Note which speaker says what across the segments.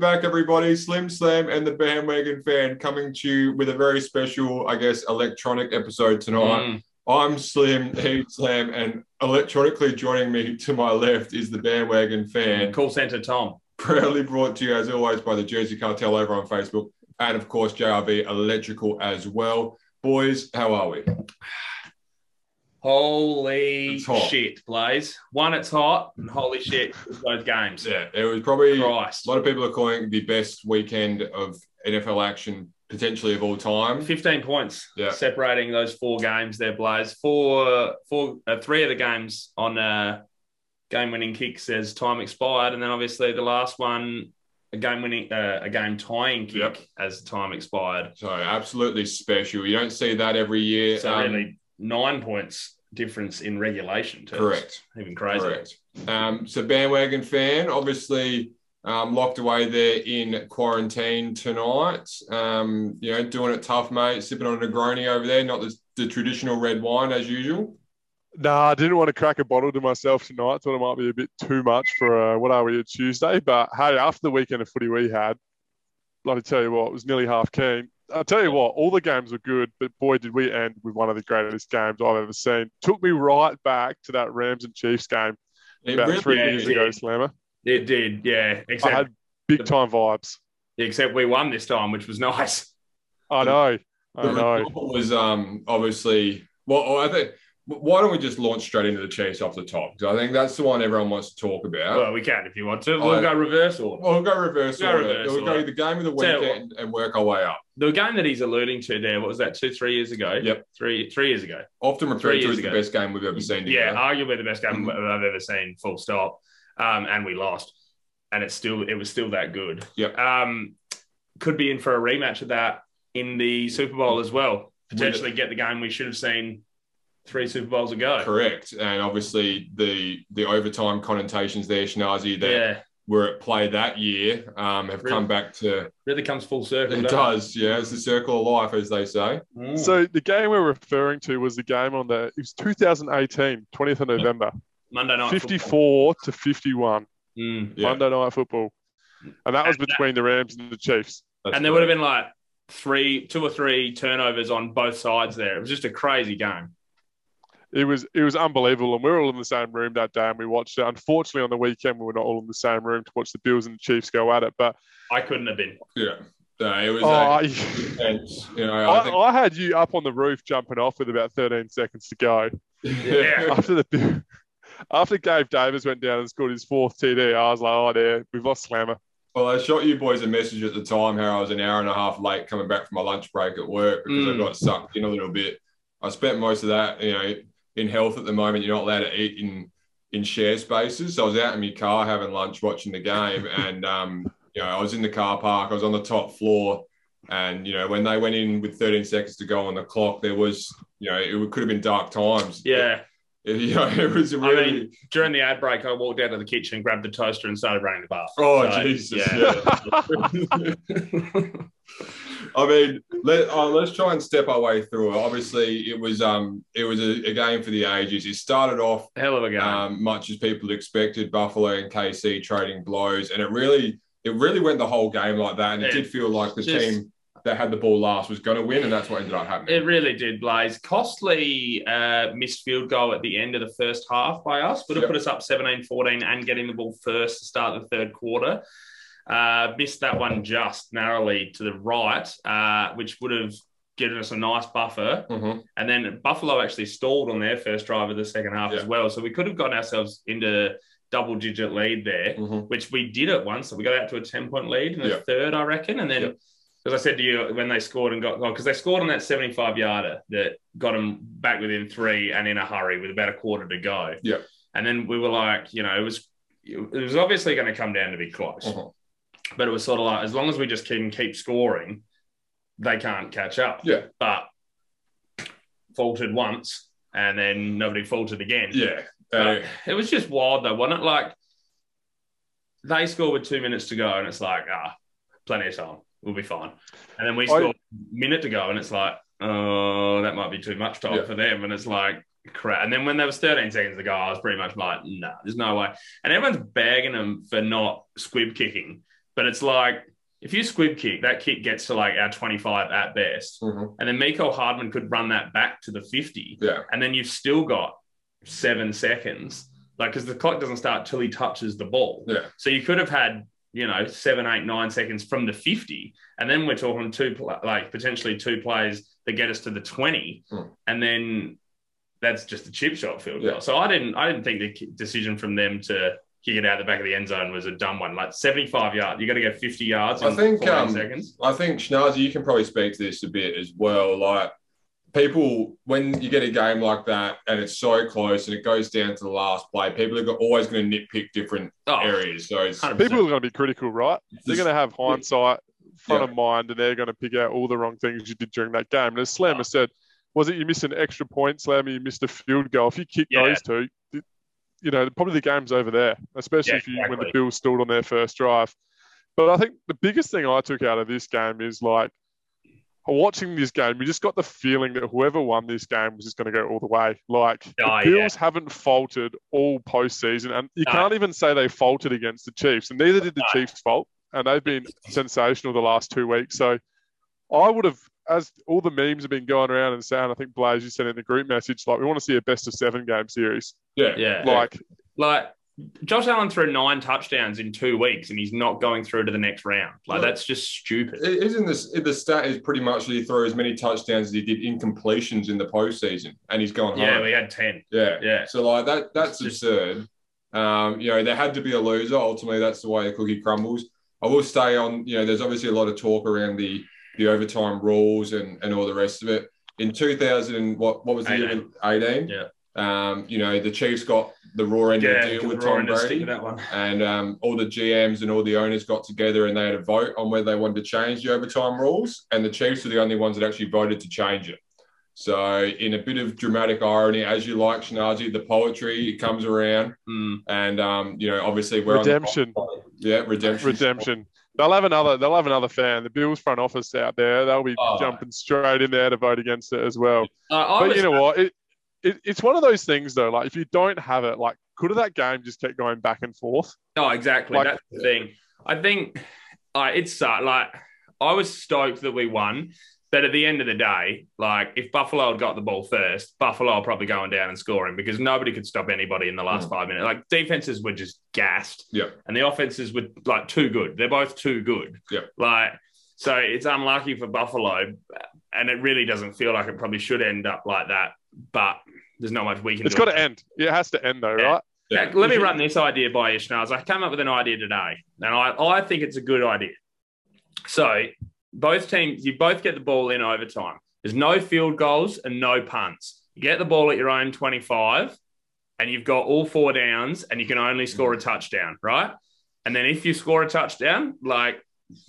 Speaker 1: back, everybody. Slim Slam and the Bandwagon Fan coming to you with a very special, I guess, electronic episode tonight.
Speaker 2: Mm.
Speaker 1: I'm Slim, he's Slam, and electronically joining me to my left is the Bandwagon Fan,
Speaker 2: Call center Tom.
Speaker 1: proudly brought to you, as always, by the Jersey Cartel over on Facebook, and of course, JRV Electrical as well. Boys, how are we?
Speaker 2: Holy
Speaker 1: It's hot.
Speaker 2: shit, Blaze. One, it's hot, and holy shit, both games.
Speaker 1: Yeah, it was probably
Speaker 2: Christ.
Speaker 1: A lot of people are calling it the best weekend of NFL action potentially of all time.
Speaker 2: 15 points
Speaker 1: Yeah.
Speaker 2: separating those four games there, Blaze. Four, four, uh, three of the games on uh, game winning kick says time expired. And then obviously the last one, a game winning, uh, a game tying kick
Speaker 1: Yep.
Speaker 2: as time expired.
Speaker 1: So absolutely special. You don't see that every year.
Speaker 2: So
Speaker 1: Um,
Speaker 2: really nine points difference in regulation. Terms.
Speaker 1: correct.
Speaker 2: Even crazy.
Speaker 1: Correct. Um, so bandwagon fan, obviously um, locked away there in quarantine tonight. Um, you know, doing it tough, mate. Sipping on a Negroni over there, not the, the traditional red wine as usual.
Speaker 3: Nah, I didn't want to crack a bottle to myself tonight. Thought it might be a bit too much for uh, what are we a Tuesday. But hey, after the weekend of footy we had, bloody tell you what, it was nearly half keen. I tell you what, all the games were good, but boy, did we end with one of the greatest games I've ever seen. Took me right back to that Rams and Chiefs game
Speaker 1: It
Speaker 3: about
Speaker 1: really
Speaker 3: three
Speaker 2: yeah,
Speaker 3: years
Speaker 2: yeah.
Speaker 3: ago, Slammer.
Speaker 2: It did, yeah.
Speaker 3: I
Speaker 2: Except
Speaker 3: had big time vibes.
Speaker 2: except we won this time, which was nice.
Speaker 3: I know,
Speaker 1: The
Speaker 3: I know.
Speaker 1: result was um, obviously well. I think why don't we just launch straight into the Chiefs off the top? Because I think that's the one everyone wants to talk about.
Speaker 2: Well, we can if you want to.
Speaker 1: I-
Speaker 2: We'll go reverse order.
Speaker 1: Well, we'll go reverse
Speaker 2: Go
Speaker 1: order.
Speaker 2: reverse
Speaker 1: we'll go
Speaker 2: order.
Speaker 1: the game of the
Speaker 2: Tell you
Speaker 1: weekend and work our way up.
Speaker 2: The game that he's alluding to there, what was that, two, three years ago?
Speaker 1: Yep.
Speaker 2: Three three years ago.
Speaker 1: Often referred
Speaker 2: Three
Speaker 1: to
Speaker 2: years
Speaker 1: as the
Speaker 2: ago.
Speaker 1: best game we've ever seen. Mm-hmm.
Speaker 2: Yeah,
Speaker 1: together.
Speaker 2: arguably the best game I've ever seen, full stop. Um, and we lost. And it's still it was still that good.
Speaker 1: Yep.
Speaker 2: Um, could be in for a rematch of that in the Super Bowl as well. Potentially get the game we should have seen three Super Bowls ago.
Speaker 1: correct. And obviously the the overtime connotations there, Shinazi, that
Speaker 2: Yeah.
Speaker 1: were at play that year, um, have
Speaker 2: Really?
Speaker 1: come back to
Speaker 2: Really comes full circle.
Speaker 1: it
Speaker 2: doesn't
Speaker 1: does. Yeah, it's the circle of life, as they say.
Speaker 2: it? Mm.
Speaker 3: So the game we're referring to was the game on the it was 2018, 20th of November,
Speaker 2: Monday night. football.
Speaker 3: 54 to 51.
Speaker 2: Mm.
Speaker 1: Yeah,
Speaker 3: Monday Night Football. And that was between the Rams and the Chiefs.
Speaker 1: that's
Speaker 2: and there would have been like three, two or three turnovers on both sides there. It was just a crazy game.
Speaker 3: It was it was unbelievable, and we were all in the same room that day, and we watched it. Unfortunately, on the weekend, we were not all in the same room to watch the Bills and the Chiefs go at it. But
Speaker 2: I couldn't have been.
Speaker 1: correct. Yeah, no, it was.
Speaker 3: oh,
Speaker 1: a-
Speaker 3: I,
Speaker 1: intense, you know, I,
Speaker 3: I, I had you up on the roof jumping off with about 13 seconds to go
Speaker 1: think,
Speaker 2: Yeah.
Speaker 3: after the Bill- after Gabe Davis went down and scored his fourth TD. I was like, oh, there, we've lost Slammer.
Speaker 1: Well, I shot you boys a message at the time how I was an hour and a half late coming back from my lunch break at work because I
Speaker 2: Mm.
Speaker 1: got sucked in a little bit. I spent most of that, you know, in health at the moment. You're not allowed to eat in in share spaces. So I was out in my car having lunch, watching the game, and um, you know, I was in the car park. I was on the top floor, and you know, when they went in with 13 seconds to go on the clock, there was, you know, it could have been dark times.
Speaker 2: Yeah.
Speaker 1: It, you know, it was a
Speaker 2: I
Speaker 1: really.
Speaker 2: mean, during the ad break, I walked out of the kitchen, grabbed the toaster, and started running the bath.
Speaker 1: oh
Speaker 2: So,
Speaker 1: Jesus!
Speaker 2: yeah.
Speaker 1: yeah. I mean, let, uh, let's try and step our way through it. Obviously, it was um, it was a, a game for the ages. It started off
Speaker 2: Hell of a game.
Speaker 1: um, much as people expected, Buffalo and KC trading blows, and it really it really went the whole game like that. And it
Speaker 2: Yeah.
Speaker 1: did feel like the
Speaker 2: Just-
Speaker 1: team that had the ball last was going to win, and that's what ended up happening.
Speaker 2: it really did, Blaze. Costly uh, missed field goal at the end of the first half by us. Would have
Speaker 1: Yep.
Speaker 2: put us up 17 14 and getting the ball first to start the third quarter. Uh, missed that one just narrowly to the right, uh, which would have given us a nice buffer.
Speaker 1: Mhm.
Speaker 2: And then Buffalo actually stalled on their first drive of the second half
Speaker 1: Yeah.
Speaker 2: as well. So we could have gotten ourselves into double digit lead there,
Speaker 1: Mhm.
Speaker 2: which we did at once. So we got out to a 10 point lead in the
Speaker 1: Yeah.
Speaker 2: third, I reckon. And then,
Speaker 1: Yeah.
Speaker 2: as I said to you, when they scored and got because they scored on that 75 yarder that got them back within three and in a hurry with about a quarter to go.
Speaker 1: Yeah.
Speaker 2: And then we were like, you know, it was. It was obviously going to come down to be close,
Speaker 1: Mhm.
Speaker 2: but it was sort of like as long as we just can keep scoring, they can't catch up
Speaker 1: Yeah,
Speaker 2: but faltered once and then nobody faltered again.
Speaker 1: yeah.
Speaker 2: But
Speaker 1: Uh,
Speaker 2: it was just wild though, wasn't it? Like they score with two minutes to go and it's like, ah, plenty of time. We'll be fine. And then we
Speaker 3: I-
Speaker 2: score a minute to go and it's like, oh, that might be too much time
Speaker 1: Yeah.
Speaker 2: for them. And it's like, crap. And then when there was 13 seconds to go, I was pretty much like, nah, there's no way. And everyone's bagging them for not squib kicking. But it's like if you squib kick, that kick gets to like our 25 at best.
Speaker 1: Mhm.
Speaker 2: And then Miko Hardman could run that back to the 50.
Speaker 1: Yeah.
Speaker 2: And then you've still got seven seconds. Like, because the clock doesn't start till he touches the ball.
Speaker 1: Yeah.
Speaker 2: So you could have had, you know, seven, eight, nine seconds from the 50. And then we're talking two, pl- like potentially two plays that get us to the 20.
Speaker 1: Hmm.
Speaker 2: And then that's just a chip shot field goal.
Speaker 1: Yeah.
Speaker 2: So I didn't, I didn't think the ki- decision from them to kick it out the back of the end zone was a dumb one. Like 75 yards, you got to go 50 yards
Speaker 1: I
Speaker 2: in
Speaker 1: think,
Speaker 2: 48
Speaker 1: um,
Speaker 2: seconds.
Speaker 1: I think Schnazzy, you can probably speak to this a bit as well. Like people, when you get a game like that and it's so close and it goes down to the last play, people are go- always going to nitpick different
Speaker 2: Oh,
Speaker 1: areas. So it's
Speaker 2: 100%.
Speaker 3: People are going to be critical, right? They're going to have hindsight, front of mind, and they're going to pick out all the wrong things you did during that game. And as
Speaker 2: Ah.
Speaker 3: Slammer said, was it you missed an extra point, Slammer? You missed a field goal. If you kick
Speaker 2: Yeah.
Speaker 3: those two, th- you know probably the game's over there, especially
Speaker 2: Yeah,
Speaker 3: if you when
Speaker 2: exactly.
Speaker 3: the Bills stalled on their first drive. But I think the biggest thing I took out of this game is like watching this game, you just got the feeling that whoever won this game was just going to go all the way. Like
Speaker 2: Oh,
Speaker 3: the Bills haven't faltered all postseason, and you
Speaker 2: No.
Speaker 3: can't even say they faltered against the Chiefs, and neither did the Chiefs' fault. And they've been sensational the last two weeks. So I would have, as all the memes have been going around and saying, I think Blaze, you said in the group message, like we want to see a best of seven game series.
Speaker 1: yeah,
Speaker 2: yeah.
Speaker 3: Like
Speaker 2: Like Josh Allen threw nine touchdowns in two weeks, and he's not going through to the next round. Like
Speaker 1: No.
Speaker 2: that's just stupid.
Speaker 1: It- Isn't this the stat is pretty much that he threw as many touchdowns as he did incompletions in the postseason, and he's gone
Speaker 2: Yeah,
Speaker 1: home.
Speaker 2: we had ten.
Speaker 1: Yeah.
Speaker 2: Yeah,
Speaker 1: So like that that's
Speaker 2: It's just-
Speaker 1: absurd. Um, you know, there had to be a loser. Ultimately, that's the way the cookie crumbles. I will stay on, you know, there's obviously a lot of talk around the the overtime rules and and all the rest of it. In 2000 and what what was the year? 18?
Speaker 2: Yeah.
Speaker 1: Um, you know, the Chiefs got the raw end
Speaker 2: yeah.
Speaker 1: of the deal with
Speaker 2: we're
Speaker 1: Tom
Speaker 2: on to stick
Speaker 1: Brady
Speaker 2: with that one.
Speaker 1: and um, all the GMs and all the owners got together and they had a vote on whether they wanted to change the overtime rules. And the Chiefs were the only ones that actually voted to change it. So, in a bit of dramatic irony, as you like, Shinazi, the poetry it comes around,
Speaker 2: Mm.
Speaker 1: and um, you know, obviously we're
Speaker 3: Redemption.
Speaker 1: On the, yeah, redemption.
Speaker 3: redemption. They'll have another. They'll have another fan. The Bills front office out there. They'll be
Speaker 1: Oh.
Speaker 3: jumping straight in there to vote against it as well.
Speaker 2: Uh, I
Speaker 3: but
Speaker 2: was,
Speaker 3: you know what? It, it, it's one of those things though. Like if you don't have it, like could have that game just kept going back and forth?
Speaker 2: no, exactly.
Speaker 3: Like-
Speaker 2: that's the thing. I think uh, it's uh, like I was stoked that we won, but at the end of the day, like if Buffalo had got the ball first, Buffalo are probably going down and scoring because nobody could stop anybody in the last
Speaker 3: Hmm.
Speaker 1: Mm.
Speaker 2: five minutes. Like defenses were just gassed.
Speaker 1: Yeah.
Speaker 2: and the offenses were like too good. They're both too good.
Speaker 1: Yeah.
Speaker 2: Like so, it's unlucky for Buffalo, and it really doesn't feel like it probably should end up like that. But there's not much we can.
Speaker 3: It's
Speaker 2: do
Speaker 3: got to end. It has to end though,
Speaker 2: Yeah.
Speaker 3: right?
Speaker 1: Yeah.
Speaker 2: yeah, let me run this idea by you, Schnaz. I came up with an idea today, and I, I think it's a good idea. So, both teams, you both get the ball in overtime. There's no field goals and no punts. You get the ball at your own 25, and you've got all four downs, and you can only score a touchdown, right? And then if you score a touchdown, like,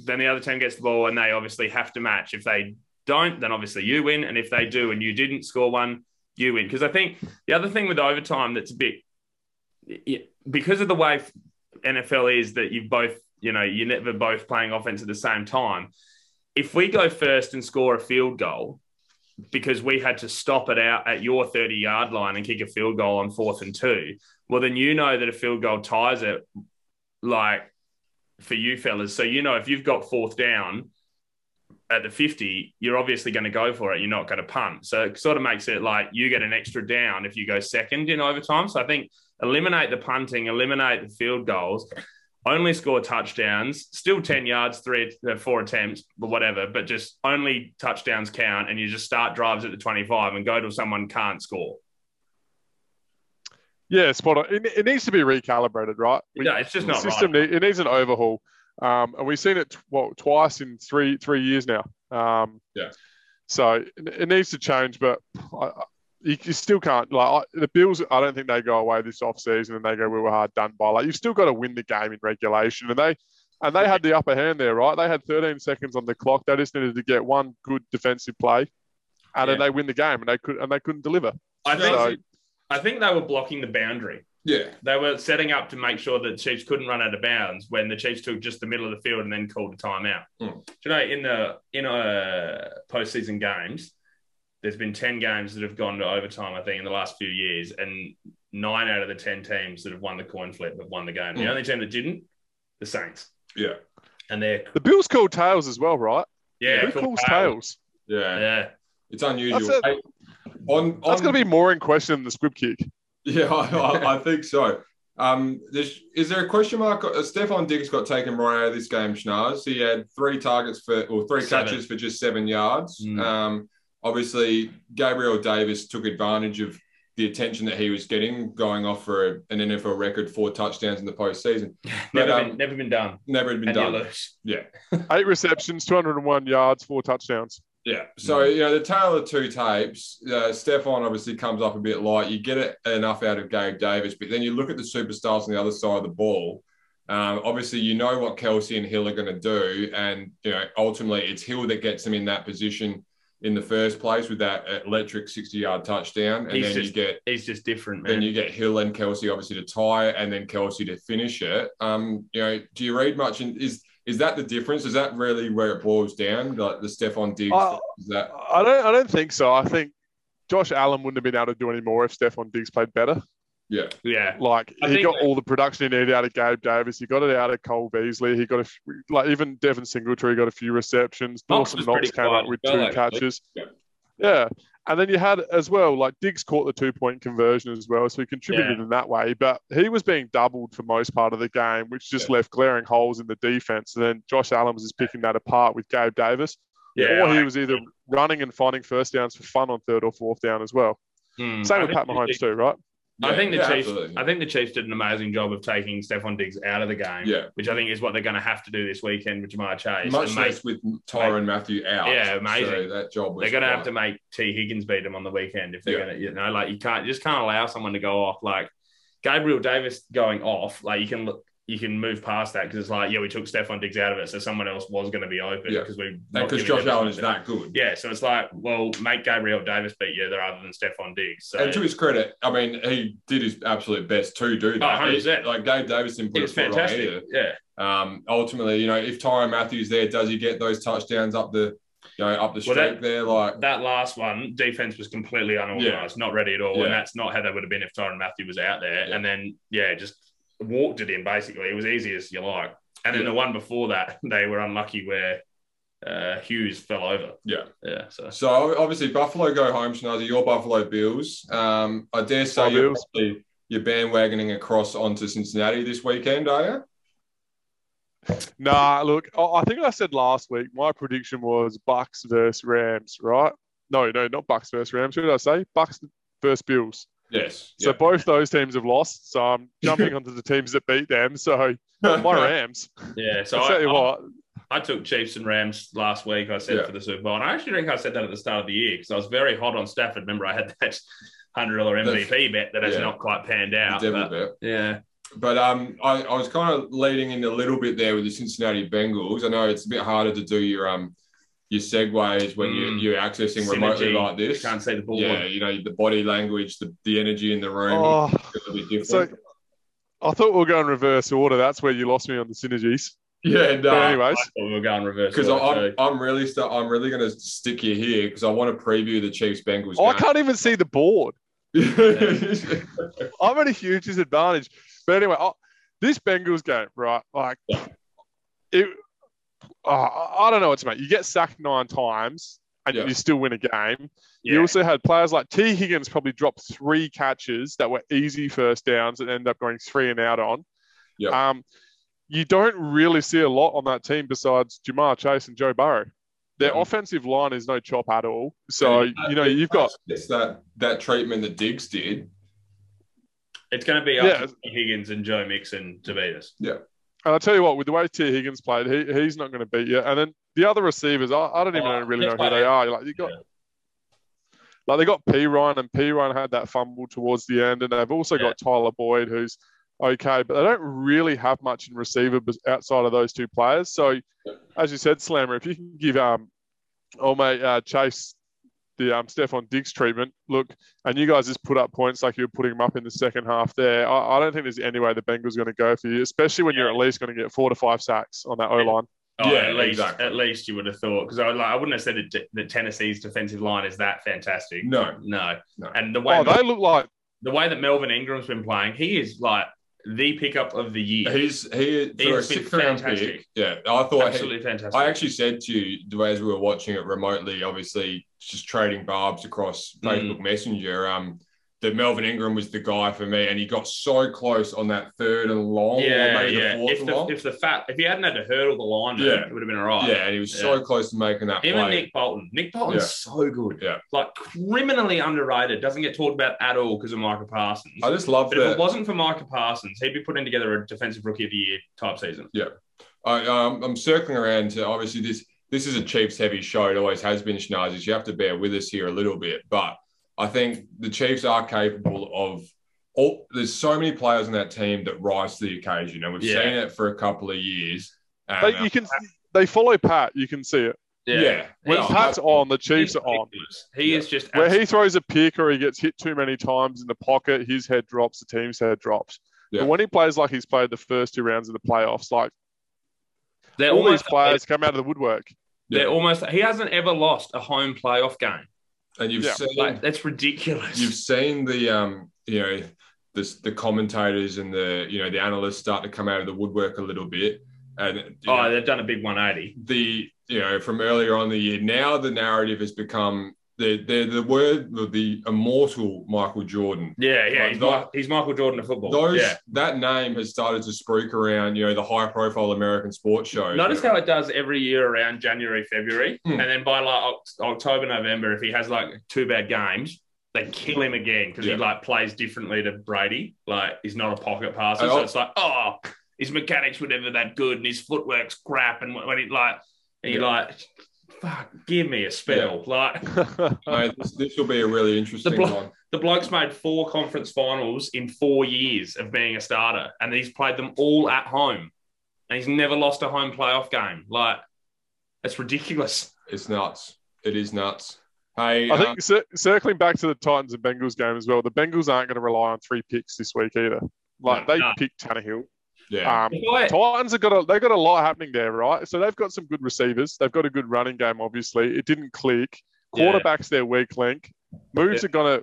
Speaker 2: then the other team gets the ball, and they obviously have to match. If they don't, then obviously you win. And if they do and you didn't score one, you win. Because I think the other thing with overtime that's a bit yeah, because of the way NFL is that you both, you know, you're never both playing offense at the same time. If we go first and score a field goal, because we had to stop it out at your 30 yard line and kick a field goal on fourth and two, well, then you know that a field goal ties it like for you fellas. So, you know, if you've got fourth down at the 50, you're obviously going to go for it. You're not going to punt. So it sort of makes it like you get an extra down if you go second in overtime. So I think eliminate the punting, eliminate the field goals, only score touchdowns, still 10 yards, three, uh, four attempts, but whatever, but just only touchdowns count. And you just start drives at the 25 and go till someone can't score.
Speaker 3: Yeah, spot on. It, it needs to be recalibrated, right? We-
Speaker 2: Yeah, it's just
Speaker 3: the
Speaker 2: not
Speaker 3: system
Speaker 2: right.
Speaker 3: need, it needs an overhaul, um, and we've seen it tw- what, twice in three three years now. Um,
Speaker 1: Yeah.
Speaker 3: So it, it needs to change, but I, I, you, you still can't like I, the Bills. I don't think they go away this off season and they go we were hard done by. Like you've still got to win the game in regulation, and they and they had the upper hand there, right? They had 13 seconds on the clock. They just needed to get one good defensive play, and then
Speaker 2: Yeah.
Speaker 3: they win the game, and they could and they couldn't deliver.
Speaker 2: I think,
Speaker 3: So-
Speaker 2: I think they were blocking the boundary.
Speaker 1: Yeah.
Speaker 2: They were setting up to make sure that Chiefs couldn't run out of bounds when the Chiefs took just the middle of the field and then called a timeout.
Speaker 1: Mm.
Speaker 2: Do you know in the in uh, postseason games, there's been ten games that have gone to overtime. I think in the last few years, and nine out of the ten teams that have won the coin flip have won the game. The
Speaker 1: Mm.
Speaker 2: only team that didn't, the Saints.
Speaker 1: Yeah.
Speaker 2: and they're
Speaker 3: The Bills call tails as well, right?
Speaker 2: yeah,
Speaker 3: Who
Speaker 2: cool
Speaker 3: calls
Speaker 2: tail.
Speaker 3: tails?
Speaker 1: Yeah,
Speaker 2: Yeah,
Speaker 1: it's unusual.
Speaker 3: That's
Speaker 1: Hey, on,
Speaker 3: That's
Speaker 1: on-
Speaker 3: going to be more in question than the squib kick.
Speaker 1: Yeah, I, I, I think so. Um, there's, is there a question mark? Uh, Stefan Diggs got taken right out of this game, Schnars. He had three targets for, or three
Speaker 2: Seven.
Speaker 1: catches for just seven yards.
Speaker 2: Mm.
Speaker 1: Um, obviously, Gabriel Davis took advantage of the attention that he was getting, going off for an NFL record four touchdowns in the postseason. But,
Speaker 2: never
Speaker 1: um,
Speaker 2: been never been done.
Speaker 1: Never had been
Speaker 2: and
Speaker 1: done.
Speaker 2: you lose.
Speaker 3: Eight receptions, 201 yards, four touchdowns.
Speaker 1: Yeah. So,
Speaker 2: Mm.
Speaker 1: you know, the tale of two tapes, uh, Stefan obviously comes up a bit light. You get it enough out of Gabe Davis, but then you look at the superstars on the other side of the ball. Um, obviously, you know what Kelsey and Hill are going to do. And, you know, ultimately it's Hill that gets them in that position in the first place with that electric 60 yard touchdown. And
Speaker 2: He's
Speaker 1: then you
Speaker 2: just-
Speaker 1: get
Speaker 2: He's just different, man.
Speaker 1: then you get Hill and Kelsey obviously to tie, it, and then Kelsey to finish it. Um, you know, do you read much? And is is that the difference? Is that really where it boils down? Like the Stefan Diggs,
Speaker 3: I-
Speaker 1: is that
Speaker 3: I don't, I don't think so. I think Josh Allen wouldn't have been able to do any more if Stephon Diggs played better.
Speaker 1: yeah,
Speaker 2: yeah,
Speaker 3: Like
Speaker 2: I
Speaker 3: he
Speaker 2: think
Speaker 3: got
Speaker 2: that-
Speaker 3: all the production he needed out of Gabe Davis. He got it out of Cole Beasley. He got a few, like even Devin Singletary got a few receptions.
Speaker 2: Knox
Speaker 3: Dawson
Speaker 2: was
Speaker 3: Knox
Speaker 2: pretty
Speaker 3: came
Speaker 2: quiet
Speaker 3: up with
Speaker 2: as
Speaker 3: two
Speaker 2: well, actually.
Speaker 3: catches.
Speaker 1: Yeah.
Speaker 3: Yeah. And then you had as well, like Diggs caught the two point conversion as well. So he contributed in that way. But he was being doubled for most part of the game, which just left glaring holes in the defense. And then Josh Allen was just picking that apart with Gabe Davis.
Speaker 2: yeah.
Speaker 3: or he
Speaker 2: I-
Speaker 3: was either running and finding first downs for fun on third or fourth down as well.
Speaker 2: Hmm.
Speaker 3: Same
Speaker 2: I
Speaker 3: with
Speaker 2: think
Speaker 3: Pat
Speaker 2: the
Speaker 3: Mahomes
Speaker 2: Chiefs-
Speaker 3: too, right?
Speaker 2: I think the
Speaker 1: yeah,
Speaker 2: Chiefs.
Speaker 1: absolutely.
Speaker 2: I think the Chiefs did an amazing job of taking Stephon Diggs out of the game,
Speaker 1: yeah,
Speaker 2: which I think is what they're going to have to do this weekend with Jamar Chase.
Speaker 1: much
Speaker 2: And make-
Speaker 1: less with Tyron Matthew out.
Speaker 2: Yeah, amazing.
Speaker 1: So that job was
Speaker 2: they're going to have to
Speaker 1: quite-
Speaker 2: make T Higgins beat them on the weekend if they're
Speaker 1: Yeah.
Speaker 2: going to, you know, like you can't you just can't allow someone to go off like Gabriel Davis going off. Like you can look, you can move past that because it's like yeah, we took Stephon Diggs out of it, so someone else was going to be open
Speaker 1: Yeah.
Speaker 2: because we
Speaker 1: and because Josh Allen is that good.
Speaker 2: Yeah, so it's like, well, make Gabriel Davis beat you rather than Stephon Diggs. So
Speaker 1: And to his credit, I mean, he did his absolute best to do that.
Speaker 2: Oh, 100%.
Speaker 1: Like Gabe Davis didn't put
Speaker 2: it's
Speaker 1: a foot wrong either.
Speaker 2: fantastic. Yeah,
Speaker 1: Um, ultimately, you know, if Tyron Matthews there, does he get those touchdowns up the, you know, up the streak
Speaker 2: Well, that-
Speaker 1: there? Like,
Speaker 2: that last one, defense was completely unorganized, not ready at all.
Speaker 1: Yeah.
Speaker 2: And that's not how they would have been if Tyron Matthew was out there.
Speaker 1: Yeah.
Speaker 2: And then, yeah, just walked it in basically. It was easy as you like. And then
Speaker 1: Yeah.
Speaker 2: the one before that, they were unlucky where uh, Hughes fell over.
Speaker 1: Yeah.
Speaker 2: Yeah. So,
Speaker 1: So ob- obviously, Buffalo go home, Schnazzy. Your Buffalo Bills. Um, I dare say
Speaker 3: Our
Speaker 1: you're,
Speaker 3: Bills.
Speaker 1: probably- you're bandwagoning across onto Cincinnati this weekend, are you?
Speaker 3: Nah, look, I I think I said last week my prediction was Bucks versus Rams, right? No, no, not Bucks versus Rams. Who did I say? Bucks versus Bills.
Speaker 1: Yes.
Speaker 3: So both those teams have lost. So I'm jumping onto the teams that beat them. So
Speaker 1: Yeah.
Speaker 3: my Rams.
Speaker 2: yeah. So
Speaker 3: I'll tell
Speaker 2: I,
Speaker 3: you
Speaker 2: I-
Speaker 3: what,
Speaker 2: I took Chiefs and Rams last week. I said
Speaker 1: Yeah.
Speaker 2: for the Super Bowl. And I actually think I said that at the start of the year because I was very hot on Stafford. Remember, I had that $100 MVP bet that has
Speaker 1: Yeah.
Speaker 2: not quite panned
Speaker 1: The
Speaker 2: out.
Speaker 1: devil
Speaker 2: but-
Speaker 1: bit.
Speaker 2: yeah.
Speaker 1: But um, I, I was kind of leading in a little bit there with the Cincinnati Bengals. I know it's a bit harder to do your um your segues when you,
Speaker 2: Mm.
Speaker 1: you're accessing remotely
Speaker 2: Synergy.
Speaker 1: like this.
Speaker 2: Can't see the ball.
Speaker 1: Yeah, you know the body language, the, the energy in the room.
Speaker 3: oh,
Speaker 1: it's a bit different.
Speaker 3: so I thought we were going reverse order. That's where you lost me on the synergies.
Speaker 1: yeah, no.
Speaker 3: But anyways,
Speaker 2: I thought we were going reverse.
Speaker 1: because
Speaker 2: order,
Speaker 1: I'm,
Speaker 2: too.
Speaker 1: I'm really st- I'm really going to stick you here because I want to preview the Chiefs Bengals
Speaker 3: Oh, I can't even see the board.
Speaker 1: game.
Speaker 3: I'm at a huge disadvantage. But anyway, I, this Bengals game, right? Like, it. oh, I I don't know what to make. You get sacked nine times and
Speaker 1: Yeah.
Speaker 3: you still win a game. You
Speaker 2: Yeah.
Speaker 3: also had players like T. Higgins probably dropped three catches that were easy first downs and end up going three and out on.
Speaker 1: Yeah.
Speaker 3: Um, you don't really see a lot on that team besides Jamar Chase and Joe Burrow. Their
Speaker 1: Yeah.
Speaker 3: offensive line is no chop at all. So, you
Speaker 1: uh,
Speaker 3: know, you've got
Speaker 1: it's that that treatment that Diggs did.
Speaker 2: It's going to be up
Speaker 3: Yeah.
Speaker 2: to Higgins and Joe Mixon to beat us.
Speaker 3: And I tell you what, with the way T. Higgins played, he, he's not going to beat you. And then the other receivers, I, I don't even
Speaker 2: Oh,
Speaker 3: really know
Speaker 2: that's
Speaker 3: who they are. Like you got, like they got P Ryan, and P Ryan had that fumble towards the end, and they've also got Tyler Boyd, who's okay, but they don't really have much in receiver bes- outside of those two players. So, as you said, Slammer, if you can give um, oh mate, uh, Chase the um, Stefan Diggs treatment, look, and you guys just put up points like you were putting them up in the second half there. I, I don't think there's any way the Bengals are going to go for you, especially when you're at least going to get four to five sacks on that O line.
Speaker 2: Oh,
Speaker 1: Yeah,
Speaker 2: at least
Speaker 1: exactly.
Speaker 2: at least you would have thought because I would like I wouldn't have said that, that Tennessee's defensive line is that fantastic.
Speaker 1: No,
Speaker 2: no,
Speaker 1: No.
Speaker 2: and the way
Speaker 3: Oh, they look like
Speaker 2: the way that Melvin Ingram's been playing, he is like the pickup of the year.
Speaker 1: He's he
Speaker 2: He
Speaker 1: for a
Speaker 2: has been
Speaker 1: sixth round
Speaker 2: fantastic.
Speaker 1: pick. Yeah, I thought he,
Speaker 2: Absolutely fantastic.
Speaker 1: I actually said to you as we were watching it remotely, obviously just trading barbs across Facebook Messenger, um, that Melvin Ingram was the guy for me, and he got so close on that third and long, or
Speaker 2: yeah,
Speaker 1: maybe
Speaker 2: yeah.
Speaker 1: the fourth
Speaker 2: If
Speaker 1: and
Speaker 2: the,
Speaker 1: long.
Speaker 2: if the fat, if he hadn't had to hurdle the line,
Speaker 1: Yeah.
Speaker 2: it would have been all right.
Speaker 1: yeah, and he was so close to making that
Speaker 2: Him and
Speaker 1: play.
Speaker 2: Nick Bolton. Nick Bolton's
Speaker 1: Yeah.
Speaker 2: so good.
Speaker 1: Yeah.
Speaker 2: Like criminally underrated. Doesn't get talked about at all because of Micah Parsons.
Speaker 1: I just love
Speaker 2: But if
Speaker 1: that.
Speaker 2: it wasn't for Micah Parsons, he'd be putting together a defensive rookie of the year type season.
Speaker 1: I, um, I'm circling around to obviously this. This is a Chiefs heavy show. It always has been, Schnazes. You have to bear with us here a little bit, but I think the Chiefs are capable of. All, there's so many players on that team that rise to the occasion, and we've
Speaker 2: Yeah.
Speaker 1: seen it for a couple of years. And,
Speaker 3: They,
Speaker 1: uh,
Speaker 3: you can they follow Pat. You can see it
Speaker 1: yeah,
Speaker 3: when
Speaker 1: Well,
Speaker 3: Pat's on. The Chiefs
Speaker 2: He's
Speaker 3: are on.
Speaker 2: ridiculous. He
Speaker 1: Yeah.
Speaker 2: is just
Speaker 3: Where
Speaker 2: absolutely
Speaker 3: he throws a pick or he gets hit too many times in the pocket, his head drops. The team's head drops.
Speaker 1: Yeah.
Speaker 3: And when he plays like he's played the first two rounds of the playoffs, like
Speaker 2: they're
Speaker 3: all these
Speaker 2: almost
Speaker 3: players come out of the woodwork.
Speaker 2: they're almost he hasn't ever lost a home playoff game.
Speaker 1: and you've
Speaker 3: Yeah.
Speaker 1: seen
Speaker 2: Like that's ridiculous.
Speaker 1: you've seen the um you know the the commentators and the you know the analysts start to come out of the woodwork a little bit, and you know,
Speaker 2: oh, they've done a big 180.
Speaker 1: the you know from earlier on in the year. Now the narrative has become the the the word of the immortal Michael Jordan.
Speaker 2: Yeah, yeah.
Speaker 1: Like
Speaker 2: he's,
Speaker 1: that-
Speaker 2: Mi- he's Michael Jordan of football.
Speaker 1: Those
Speaker 2: yeah.
Speaker 1: that name has started to spruik around you know the high profile American sports shows.
Speaker 2: Notice how it does every year around January, February,
Speaker 1: Hmm.
Speaker 2: and then by like Oc- October, November, if he has like two bad games, they kill him again because
Speaker 1: Yeah.
Speaker 2: he like plays differently to Brady. Like he's not a pocket passer,
Speaker 1: I
Speaker 2: so
Speaker 1: al-
Speaker 2: it's like oh, his mechanics were never that good, and his footwork's crap, and when he like, and you're
Speaker 1: Yeah.
Speaker 2: like, fuck, give me a spell. Like
Speaker 1: Mate, this, this will be a really interesting
Speaker 2: uh, The blo-
Speaker 1: one.
Speaker 2: the bloke's made four conference finals in four years of being a starter, and he's played them all at home, and he's never lost a home playoff game. Like. That's ridiculous.
Speaker 1: It's nuts. It is nuts. Hey,
Speaker 3: I
Speaker 1: uh,
Speaker 2: um,
Speaker 3: think cir- circling back to the Titans and Bengals game as well, the Bengals aren't going to rely on three picks this week either. Like
Speaker 2: No,
Speaker 3: they
Speaker 2: no.
Speaker 3: picked Tannehill.
Speaker 1: yeah,
Speaker 3: Um,
Speaker 2: If I-
Speaker 3: Titans have got a they got a lot happening there, right? So they've got some good receivers. They've got a good running game. Obviously, it didn't click.
Speaker 2: Yeah.
Speaker 3: Quarterbacks their weak link. Moves are gonna.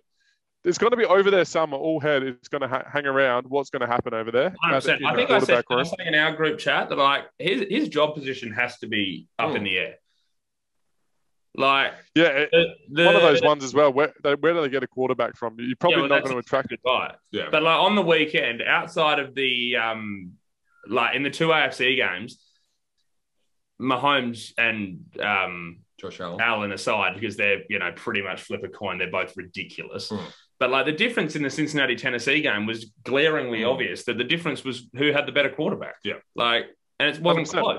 Speaker 3: It's going to be over there somewhere. All head. It's going to ha- hang around. What's going to happen over there?
Speaker 2: 100%.
Speaker 3: In
Speaker 2: I
Speaker 3: the
Speaker 2: think I said
Speaker 3: quarterback room.
Speaker 2: something in our group chat that like his his job position has to be up
Speaker 1: Hmm.
Speaker 2: in the air. Like
Speaker 3: Yeah, it-
Speaker 2: the, the,
Speaker 3: one of those ones as well. Where, they, where do they get a quarterback from? You're probably
Speaker 2: Uh, well,
Speaker 3: not
Speaker 2: that's-
Speaker 3: going to attract it.
Speaker 2: right.
Speaker 1: yeah.
Speaker 2: But like on the weekend, outside of the um, like in the two AFC games, Mahomes and um,
Speaker 1: Josh Allen.
Speaker 2: Allen aside, because they're you know pretty much flip a coin. They're both ridiculous.
Speaker 1: Hmm.
Speaker 2: But like the difference in the Cincinnati Tennessee game was glaringly
Speaker 1: Hmm.
Speaker 2: obvious that the difference was who had the better quarterback.
Speaker 1: Yeah.
Speaker 2: like and it wasn't
Speaker 3: 100%.
Speaker 2: close.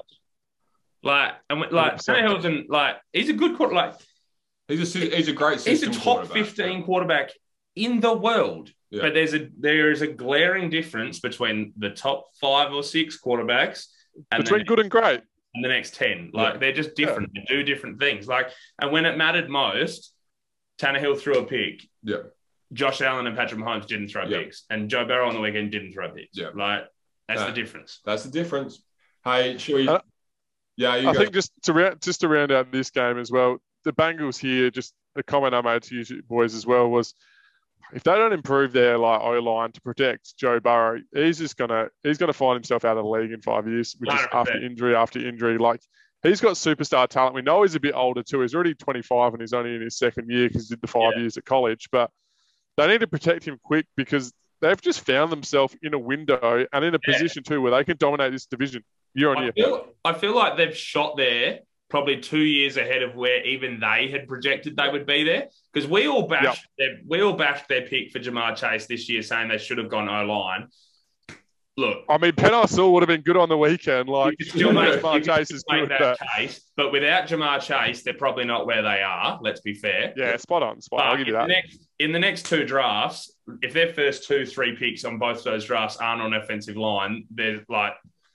Speaker 2: Like and when- like
Speaker 3: 100%.
Speaker 2: Tannehill's an, like he's a good quarter. Like
Speaker 1: He's a sy- he's a great
Speaker 2: he's a
Speaker 1: system
Speaker 2: top
Speaker 1: quarterback.
Speaker 2: fifteen quarterback in the world.
Speaker 1: Yeah.
Speaker 2: But there's a there is a glaring difference between the top five or six quarterbacks and
Speaker 3: Between
Speaker 2: then-
Speaker 3: good and great.
Speaker 2: and the next 10. Like
Speaker 1: Yeah.
Speaker 2: they're just different. They do different things. Like, and when it mattered most, Tannehill threw a pick.
Speaker 1: Yeah.
Speaker 2: Josh Allen and Patrick Mahomes didn't throw
Speaker 1: Yeah.
Speaker 2: picks. And Joe Barrow on the weekend didn't throw picks.
Speaker 1: Yeah.
Speaker 2: Like, that's
Speaker 1: Uh,
Speaker 2: the difference.
Speaker 1: That's the difference. Hey, should we?
Speaker 3: Uh,
Speaker 1: yeah, you
Speaker 3: I
Speaker 1: go.
Speaker 3: think just to round, just to round out this game as well, the Bengals here. Just the comment I made to you boys as well was, if they don't improve their like O line to protect Joe Burrow, he's just gonna he's gonna find himself out of the league in five years, which is
Speaker 2: 100%.
Speaker 3: after injury after injury. Like he's got superstar talent. We know he's a bit older too. He's already 25 and he's only in his second year because he did the five years at college. But they need to protect him quick because they've just found themselves in a window and in a
Speaker 2: Yeah.
Speaker 3: position too where they can dominate this division year on
Speaker 2: I
Speaker 3: year.
Speaker 2: feel, I feel like they've shot there probably two years ahead of where even they had projected they would be there. Because we all bashed their, we all bashed their pick for Jamar Chase this year, saying they should have gone O line. Look,
Speaker 3: I mean, Penn Arcel would have been good on the weekend. Like,
Speaker 2: you could still make, you
Speaker 3: Jamar
Speaker 2: could
Speaker 3: Chase
Speaker 2: still
Speaker 3: is
Speaker 2: make
Speaker 3: good,
Speaker 2: that
Speaker 3: but
Speaker 2: case, but without Jamar Chase, they're probably not where they are. Let's be fair.
Speaker 3: yeah, spot on, spot.
Speaker 2: But
Speaker 3: on. I'll give you
Speaker 2: in,
Speaker 3: that.
Speaker 2: The next, in the next two drafts, if their first two, three picks on both those drafts aren't on offensive line, there's like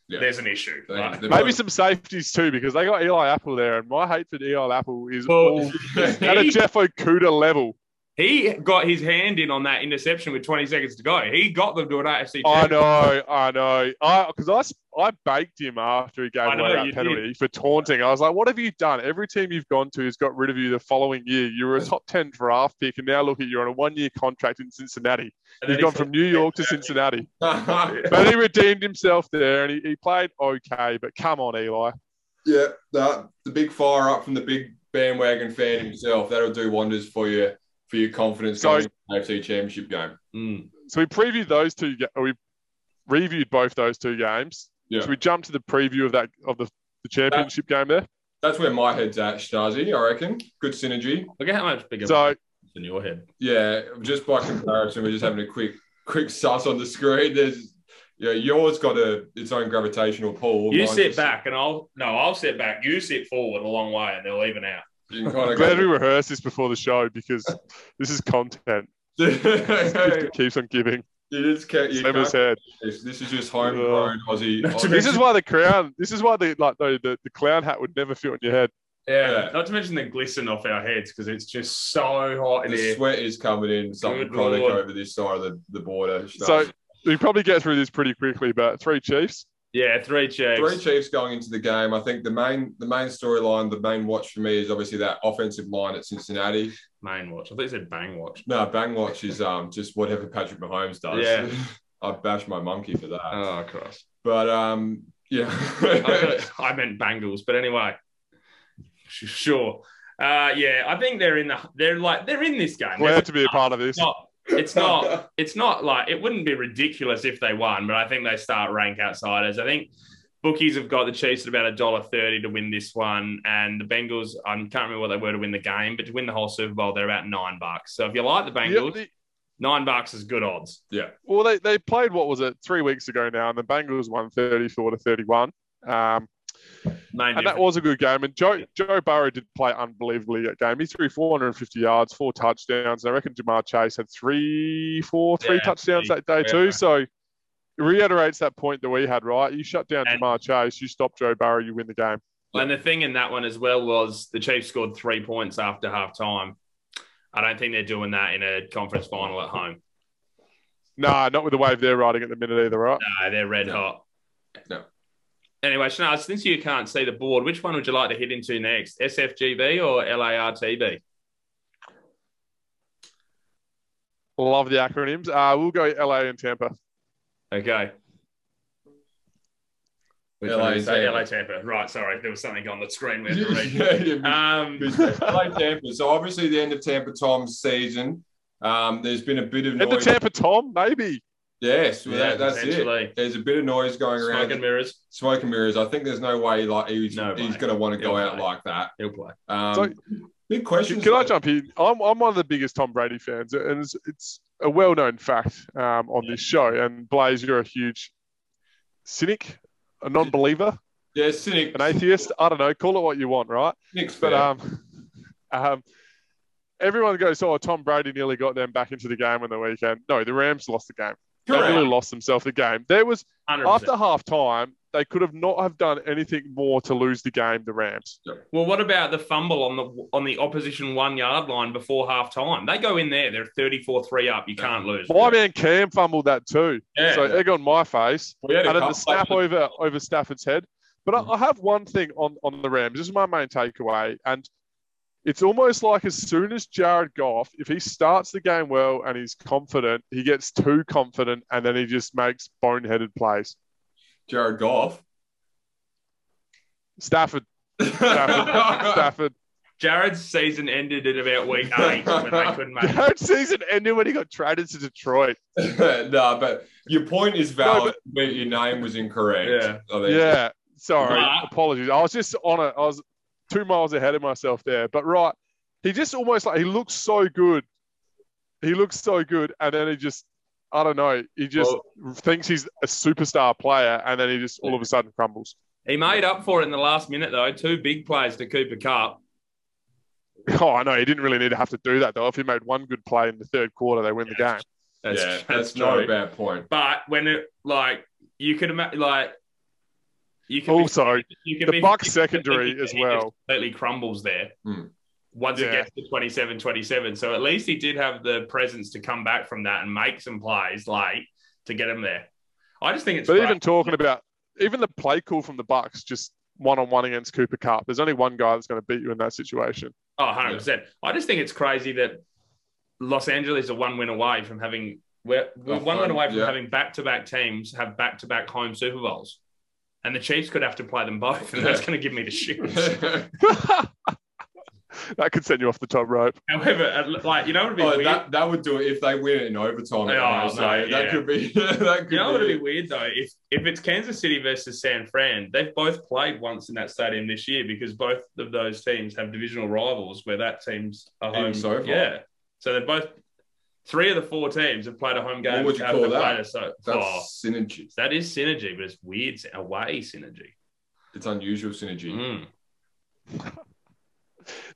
Speaker 1: Yeah.
Speaker 2: there's an issue.
Speaker 1: They-
Speaker 2: Like,
Speaker 1: they've
Speaker 3: Maybe
Speaker 1: got-
Speaker 3: some safeties too, because they got Eli Apple there, and my hate for Eli Apple is
Speaker 2: Well,
Speaker 3: all at a Jeff Okuda level.
Speaker 2: He got his hand in on that interception with 20 seconds to go. He got them to an AFC.
Speaker 3: I
Speaker 2: championship.
Speaker 3: know, I know. I because I s- I, baked him after he gave
Speaker 2: I know,
Speaker 3: away
Speaker 2: you
Speaker 3: that penalty for taunting. I was like, what have you done? Every team you've gone to has got rid of you the following year. You were a top ten draft pick, and now look at you on a one year contract in Cincinnati.
Speaker 2: And then
Speaker 3: You've
Speaker 2: he
Speaker 3: gone
Speaker 2: said-
Speaker 3: from New York to Cincinnati.
Speaker 1: yeah,
Speaker 3: But he redeemed himself there, and he, he played okay. But come on, Eli.
Speaker 1: that, the big fire up from the big bandwagon fan himself. That'll do wonders for you for your confidence
Speaker 3: So-
Speaker 1: going into the AFC Championship game.
Speaker 2: Mm.
Speaker 3: So we previewed those two. ga- We reviewed both those two games.
Speaker 1: Yeah.
Speaker 3: Should we jump to the preview of that of the, the championship game there?
Speaker 1: That's where my head's at, Stasi. I reckon good synergy.
Speaker 2: Look at how much bigger
Speaker 3: So
Speaker 2: in your head.
Speaker 1: Yeah, just by comparison, we're just having a quick quick suss on the screen. There's yeah, yours got a its own gravitational pull.
Speaker 2: You
Speaker 1: Mine's
Speaker 2: sit
Speaker 1: just-
Speaker 2: back and I'll no, I'll sit back. You sit forward a long way and they'll even out.
Speaker 1: You can kind
Speaker 3: I'm
Speaker 1: of
Speaker 3: glad we
Speaker 1: go,
Speaker 3: rehearsed this before the show because this is content. It keeps on giving.
Speaker 1: you just can't, you
Speaker 3: Same as
Speaker 1: can't
Speaker 3: head.
Speaker 1: this. this is just homegrown Aussie.
Speaker 2: Not to
Speaker 1: Aussie-
Speaker 3: This is why the crown. This is why the like the, the, the clown hat would never fit on your head.
Speaker 1: Yeah.
Speaker 2: Uh, Not to mention the glisten off our heads because it's just so hot in
Speaker 1: the
Speaker 2: here.
Speaker 1: sweat is coming in something
Speaker 2: Good
Speaker 1: chronic
Speaker 2: Lord.
Speaker 1: over this side of the, the border.
Speaker 3: So we probably get through this pretty quickly. But three Chiefs.
Speaker 2: Yeah, three checks.
Speaker 1: Three Chiefs going into the game. I think the main the main storyline, the main watch for me is obviously that offensive line at Cincinnati.
Speaker 2: Main watch. I thought you said bang watch.
Speaker 1: No, bang watch is um just whatever Patrick Mahomes does.
Speaker 2: Yeah.
Speaker 1: I bash my monkey for that.
Speaker 2: Oh Christ.
Speaker 1: but um yeah.
Speaker 2: I, I meant bangles, but anyway. Sh- Sure. Uh yeah, I think they're in the they're like they're in this game.
Speaker 3: Glad to be a part of this.
Speaker 2: It's not it's not it's not like it wouldn't be ridiculous if they won, but I think they start rank outsiders. I think bookies have got the Chiefs at about a dollar thirty to win this one, and the Bengals. I can't remember what they were to win the game, but to win the whole Super Bowl, they're about nine bucks. So if you like the
Speaker 3: Yeah,
Speaker 2: Bengals,
Speaker 3: the-
Speaker 2: nine bucks is good odds.
Speaker 3: well, they, they played what was it three weeks ago now, and the Bengals won thirty four to thirty one. Um,
Speaker 2: Main
Speaker 3: and that was a good game. And Joe Joe Burrow did play unbelievably that game. He threw 450 yards, four touchdowns. And I reckon Jamar Chase had three, four, three
Speaker 2: Yeah,
Speaker 3: touchdowns
Speaker 2: he-
Speaker 3: that day
Speaker 2: yeah.
Speaker 3: too. So it reiterates that point that we had, right? You shut down
Speaker 2: And-
Speaker 3: Jamar Chase, you stop Joe Burrow, you win the game.
Speaker 2: And the thing in that one as well was the Chiefs scored three points after halftime. I don't think they're doing that in a conference final at home.
Speaker 3: Nah, not with the wave they're riding at the minute either, right?
Speaker 2: No, they're red
Speaker 1: No.
Speaker 2: hot.
Speaker 1: No.
Speaker 2: Anyway, Shanaz, since you can't see the board, which one would you like to hit into next? SFGB or LARTB?
Speaker 3: Love the acronyms. Uh, we'll go LA and Tampa.
Speaker 2: Okay. Which
Speaker 1: LA
Speaker 2: one did you say?
Speaker 1: Tampa.
Speaker 2: LA Tampa. Right, sorry. There was something on the screen we had to read.
Speaker 1: Yeah, yeah,
Speaker 2: Um,
Speaker 1: LA Tampa. So obviously the end of Tampa Tom's season. Um, there's been a bit of
Speaker 3: And the
Speaker 1: noise.
Speaker 3: Tampa Tom, maybe.
Speaker 1: yes, well, that, that's it.
Speaker 2: essentially.
Speaker 1: There's a bit of noise going around.
Speaker 2: Smoke and mirrors.
Speaker 1: Smoke and mirrors. I think there's no way like he's,
Speaker 2: No
Speaker 1: he's
Speaker 2: way.
Speaker 1: going to want to go
Speaker 2: No
Speaker 1: out
Speaker 2: way.
Speaker 1: like that.
Speaker 2: He'll play.
Speaker 1: Um,
Speaker 3: So-
Speaker 1: big
Speaker 3: Can,
Speaker 1: question.
Speaker 3: can I jump in? I'm, I'm one of the biggest Tom Brady fans, and it's, it's a well known fact um, on this show. And Blaze, you're a huge cynic, a non believer,
Speaker 1: Yeah, cynic.
Speaker 3: an atheist. I don't know, call it what you want, right?
Speaker 1: cynic's
Speaker 3: But
Speaker 1: fair.
Speaker 3: um, um, everyone goes, Oh, Tom Brady nearly got them back into the game on the weekend. No, the Rams lost the game. They
Speaker 1: Correct.
Speaker 3: really lost themselves the game. There was,
Speaker 2: 100%.
Speaker 3: after half time, they could have not have done anything more to lose the game, the Rams.
Speaker 2: Well, what about the fumble on the on the opposition one yard line before half time? They go in there, they're 34 3 up. You can't lose.
Speaker 3: My man Cam fumbled that too.
Speaker 1: Yeah.
Speaker 3: so, egg on my face.
Speaker 1: We had a
Speaker 3: and then
Speaker 1: couple
Speaker 3: the snap
Speaker 1: of-
Speaker 3: over over Stafford's head. But I, I have one thing on on the Rams. This is my main takeaway, and it's almost like as soon as Jared Goff, if he starts the game well and he's confident, he gets too confident, and then he just makes boneheaded plays.
Speaker 1: Jared Goff.
Speaker 3: Stafford, Stafford, Stafford.
Speaker 2: Jared's season ended at about week eight when they couldn't make it.
Speaker 3: Jared season ended when he got traded to Detroit.
Speaker 1: no, but your point is
Speaker 3: No,
Speaker 1: valid, but, your name was incorrect.
Speaker 2: Yeah.
Speaker 1: I think.
Speaker 3: Yeah, sorry,
Speaker 2: Nah.
Speaker 3: apologies. I was just on it. I was two miles ahead of myself there. But right, he just almost like he looks so good. He looks so good, and then he just, I don't know, he just thinks he's a superstar player, and then he just all of a sudden crumbles.
Speaker 2: He made up for it in the last minute, though. Two big plays to Cooper Cup.
Speaker 3: Oh, I know he didn't really need to have to do that though. If he made one good play in the third quarter, they win the
Speaker 2: Yeah.
Speaker 3: game.
Speaker 1: That's,
Speaker 2: That's,
Speaker 1: yeah,
Speaker 2: that's,
Speaker 1: that's, not
Speaker 2: true.
Speaker 1: a bad point.
Speaker 2: But when it, like, you could imagine, like, you can
Speaker 3: Also,
Speaker 2: be, you can
Speaker 3: Oh, the
Speaker 2: be-
Speaker 3: Bucks
Speaker 2: you can
Speaker 3: secondary
Speaker 2: be-
Speaker 3: as
Speaker 2: he just
Speaker 3: well.
Speaker 1: Hmm.
Speaker 2: completely crumbles there. once
Speaker 3: Yeah.
Speaker 2: it gets to 27 27. So at least he did have the presence to come back from that and make some plays late to get him there. I just think it's
Speaker 3: But
Speaker 2: great.
Speaker 3: even talking about even the play call from the Bucks, just one on one against Cooper Cup. There's only one guy that's going to beat you in that situation.
Speaker 2: Oh, 100%. I just think it's crazy that Los Angeles are one win away from having we're, we're
Speaker 1: Off
Speaker 2: one win
Speaker 1: home,
Speaker 2: away from
Speaker 1: yeah.
Speaker 2: having back-to-back teams have back-to-back home Super Bowls. And the Chiefs could have to play them both, and that's
Speaker 1: Yeah.
Speaker 2: going to give me the shivers.
Speaker 1: oh,
Speaker 3: that could send you off the top rope.
Speaker 2: However, uh, like you know, it'd be weird.
Speaker 1: Oh, that, that would do it if they win it in overtime.
Speaker 2: Oh,
Speaker 1: I
Speaker 2: no,
Speaker 1: say.
Speaker 2: yeah.
Speaker 1: That could be. that could
Speaker 2: you know,
Speaker 1: be
Speaker 2: it'd
Speaker 1: it.
Speaker 2: be weird though if if it's Kansas City versus San Fran. They've both played once in that stadium this year because both of those teams have divisional rivals where that team's a
Speaker 1: Even
Speaker 2: home.
Speaker 1: so far.
Speaker 2: yeah, so they're both three of the four teams have played a home game.
Speaker 1: would you
Speaker 2: haven't
Speaker 1: call that?
Speaker 2: played a so
Speaker 1: That's
Speaker 2: oh,
Speaker 1: synergy.
Speaker 2: that is synergy, but it's weird sy- away synergy.
Speaker 1: It's unusual synergy.
Speaker 2: Mm.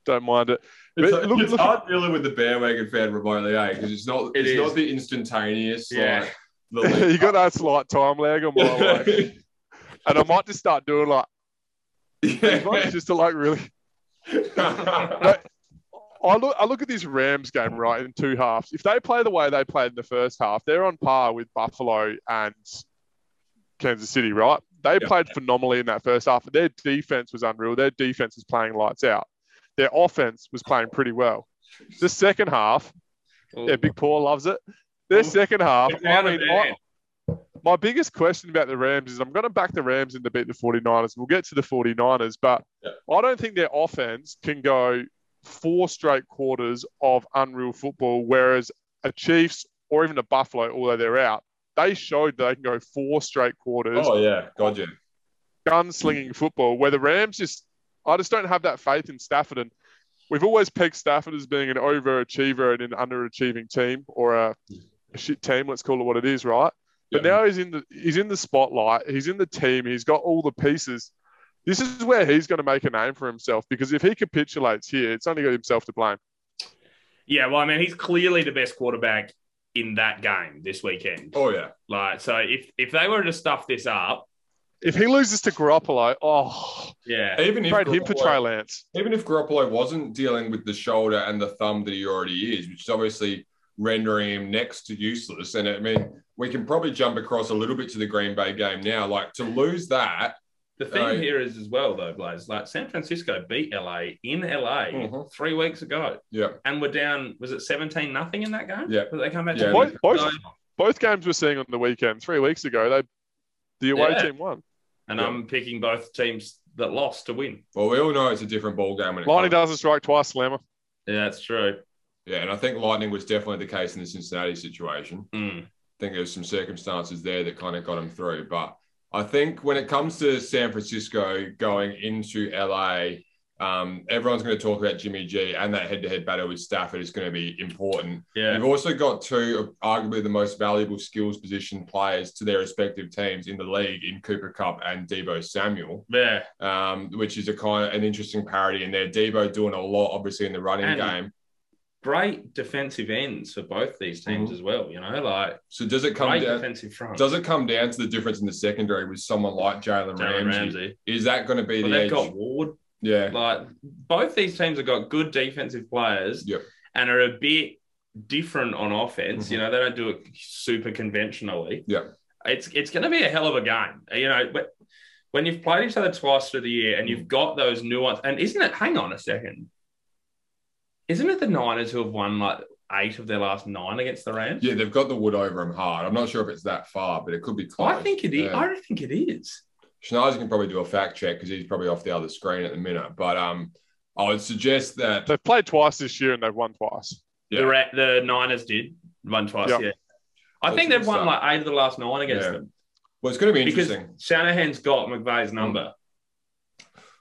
Speaker 3: Don't mind it.
Speaker 1: It's,
Speaker 3: But look-
Speaker 1: it's
Speaker 3: look-
Speaker 1: hard dealing with the bandwagon fan remotely, eh? Because it's not
Speaker 2: It
Speaker 1: it's
Speaker 2: is.
Speaker 1: not the instantaneous
Speaker 2: Yeah.
Speaker 1: like the
Speaker 3: you
Speaker 1: link
Speaker 3: got
Speaker 1: up.
Speaker 3: that slight time lag on my like, and I might just start doing like these ones just to like really.
Speaker 1: yeah.
Speaker 3: I look, I look at this Rams game right in two halves. If they play the way they played in the first half, they're on par with Buffalo and Kansas City, right? They
Speaker 1: Yeah.
Speaker 3: played phenomenally in that first half. Their defense was unreal. Their defense was playing lights out. Their offense was playing pretty well. The second half, yeah, Big Paul loves it. Their
Speaker 2: Oh.
Speaker 3: second half,
Speaker 2: It's
Speaker 3: I
Speaker 2: out of
Speaker 3: mean,
Speaker 2: there.
Speaker 3: I- my biggest question about the Rams is I'm going to back the Rams in to beat the 49ers. We'll get to the 49ers, but
Speaker 1: Yeah.
Speaker 3: I don't think their offense can go four straight quarters of unreal football, whereas a Chiefs or even a Buffalo, although they're out, they showed they can go four straight quarters
Speaker 1: Oh yeah, gotcha.
Speaker 3: gunslinging football where the Rams just, I just don't have that faith in Stafford. And we've always pegged Stafford as being an overachiever and an underachieving team or a, a shit team, let's call it what it is, right? But
Speaker 1: Yeah.
Speaker 3: now he's in the he's in the spotlight. He's in the team. He's got all the pieces. This is where he's going to make a name for himself because if he capitulates here, it's only got himself to blame.
Speaker 2: yeah, well, I mean, he's clearly the best quarterback in that game this weekend.
Speaker 1: Oh yeah.
Speaker 2: Like, so if if they were to stuff this up,
Speaker 3: If he loses to Garoppolo, oh,
Speaker 2: yeah,
Speaker 1: Even if
Speaker 3: trade him for
Speaker 1: Garoppolo-
Speaker 3: Trey Lance.
Speaker 1: even if Garoppolo wasn't dealing with the shoulder and the thumb that he already is, which is obviously rendering him next to useless. And I mean, we can probably jump across a little bit to the Green Bay game now. Like to lose that,
Speaker 2: The thing
Speaker 1: Right.
Speaker 2: here is as well though, Blaze, like San Francisco beat LA in LA
Speaker 1: Mhm.
Speaker 2: three weeks ago
Speaker 1: yeah,
Speaker 2: and we're down, was it 17 nothing in that game?
Speaker 1: Yeah.
Speaker 2: But they come back
Speaker 1: Yeah,
Speaker 2: to
Speaker 3: Both, both,
Speaker 2: So-
Speaker 3: both games we're seeing on the weekend three weeks ago, they the away
Speaker 2: Yeah.
Speaker 3: team won.
Speaker 2: and
Speaker 1: Yeah.
Speaker 2: I'm picking both teams that lost to win.
Speaker 1: well, we all know it's a different ball game when it
Speaker 3: Lightning
Speaker 1: comes.
Speaker 3: doesn't strike twice, Slammer.
Speaker 2: Yeah, that's true.
Speaker 1: Yeah, and I think Lightning was definitely the case in the Cincinnati situation.
Speaker 2: Mm.
Speaker 1: I think there's some circumstances there that kind of got him through. But I think when it comes to San Francisco going into LA, um, everyone's going to talk about Jimmy G and that head to head battle with Stafford is going to be important.
Speaker 2: Yeah.
Speaker 1: You've also got two of arguably the most valuable skills position players to their respective teams in the league in Cooper Cup and Debo Samuel,
Speaker 2: Yeah.
Speaker 1: um, which is a kind of an interesting parody in there. Debo doing a lot, obviously, in the running
Speaker 2: And-
Speaker 1: game.
Speaker 2: Great defensive ends for both these teams
Speaker 1: Mhm.
Speaker 2: as well, you know, like
Speaker 1: So does it come
Speaker 2: great
Speaker 1: down?
Speaker 2: defensive front.
Speaker 1: Does it come down to the difference in the secondary with someone like Jalen
Speaker 2: Jalen
Speaker 1: Ramsey? Is that going to be
Speaker 2: Well,
Speaker 1: the
Speaker 2: they've
Speaker 1: edge?
Speaker 2: got Ward.
Speaker 1: yeah,
Speaker 2: Like both these teams have got good defensive players
Speaker 1: Yep. Mm-hmm.
Speaker 2: and are a bit different on offense. You know, they don't do it super conventionally.
Speaker 1: Yep.
Speaker 2: It's it's gonna be a hell of a game. You know, but when you've played each other twice through the year and
Speaker 1: Mm-hmm.
Speaker 2: you've got those nuance and isn't it hang on a second. Isn't it the Niners who have won like eight of their last nine against the Rams?
Speaker 1: yeah, they've got the wood over them hard. I'm not sure if it's that far, but it could be close.
Speaker 2: I think it is.
Speaker 1: Yeah.
Speaker 2: I think it is.
Speaker 1: Schneider can probably do a fact check because he's probably off the other screen at the minute. But um, I would suggest that
Speaker 3: They've played twice this year and they've won twice.
Speaker 1: Yeah.
Speaker 2: The, Ra- the Niners did won twice.
Speaker 3: Yep.
Speaker 2: Yeah, I
Speaker 1: So
Speaker 2: think
Speaker 1: it's
Speaker 2: they've won
Speaker 1: good
Speaker 2: like eight of the last nine against
Speaker 1: Yeah.
Speaker 2: them.
Speaker 1: well, it's going to be
Speaker 2: because
Speaker 1: interesting.
Speaker 2: Shanahan's got McVay's number.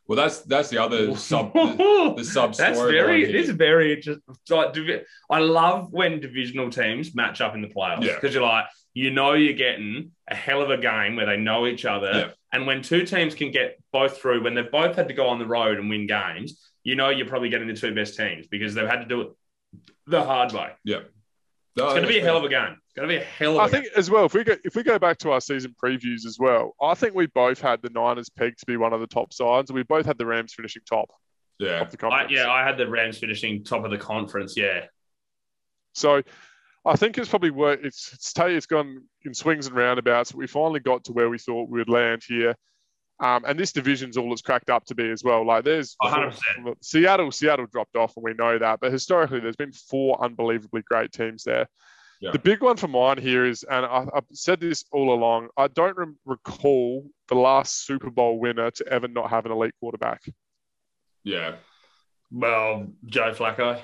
Speaker 1: well, that's that's the other sub the, the sub
Speaker 2: That's
Speaker 1: storyline
Speaker 2: very.
Speaker 1: here.
Speaker 2: It's very interesting. Like, divi- I love when divisional teams match up in the playoffs
Speaker 1: Yeah.
Speaker 2: because you're like, you know, you're getting a hell of a game where they know each other,
Speaker 1: Yeah.
Speaker 2: and when two teams can get both through, when they've both had to go on the road and win games, you know, you're probably getting the two best teams because they've had to do it the hard way.
Speaker 1: No,
Speaker 2: It's going to be a hell of a game. It's going to be a hell of
Speaker 3: I
Speaker 2: a
Speaker 3: think as well, if we go if we go back to our season previews as well, I think we both had the Niners pegged to be one of the top sides, and we both had the Rams finishing top.
Speaker 1: Yeah.
Speaker 3: of the
Speaker 2: I,
Speaker 3: conference.
Speaker 2: Uh, yeah, I had the Rams finishing top of the conference. Yeah,
Speaker 3: So I think it's probably worked. It's it's, ta- it's gone in swings and roundabouts. We finally got to where we thought we would land here. Um, and this division's all it's cracked up to be as well. Like there's
Speaker 2: 100%.
Speaker 3: look, Seattle, Seattle dropped off, and we know that. But historically, there's been four unbelievably great teams there.
Speaker 1: Yeah.
Speaker 3: The big one for mine here is, and I, I've said this all along, I don't re- recall the last Super Bowl winner to ever not have an elite quarterback.
Speaker 1: Yeah.
Speaker 2: well, Joe Flacco.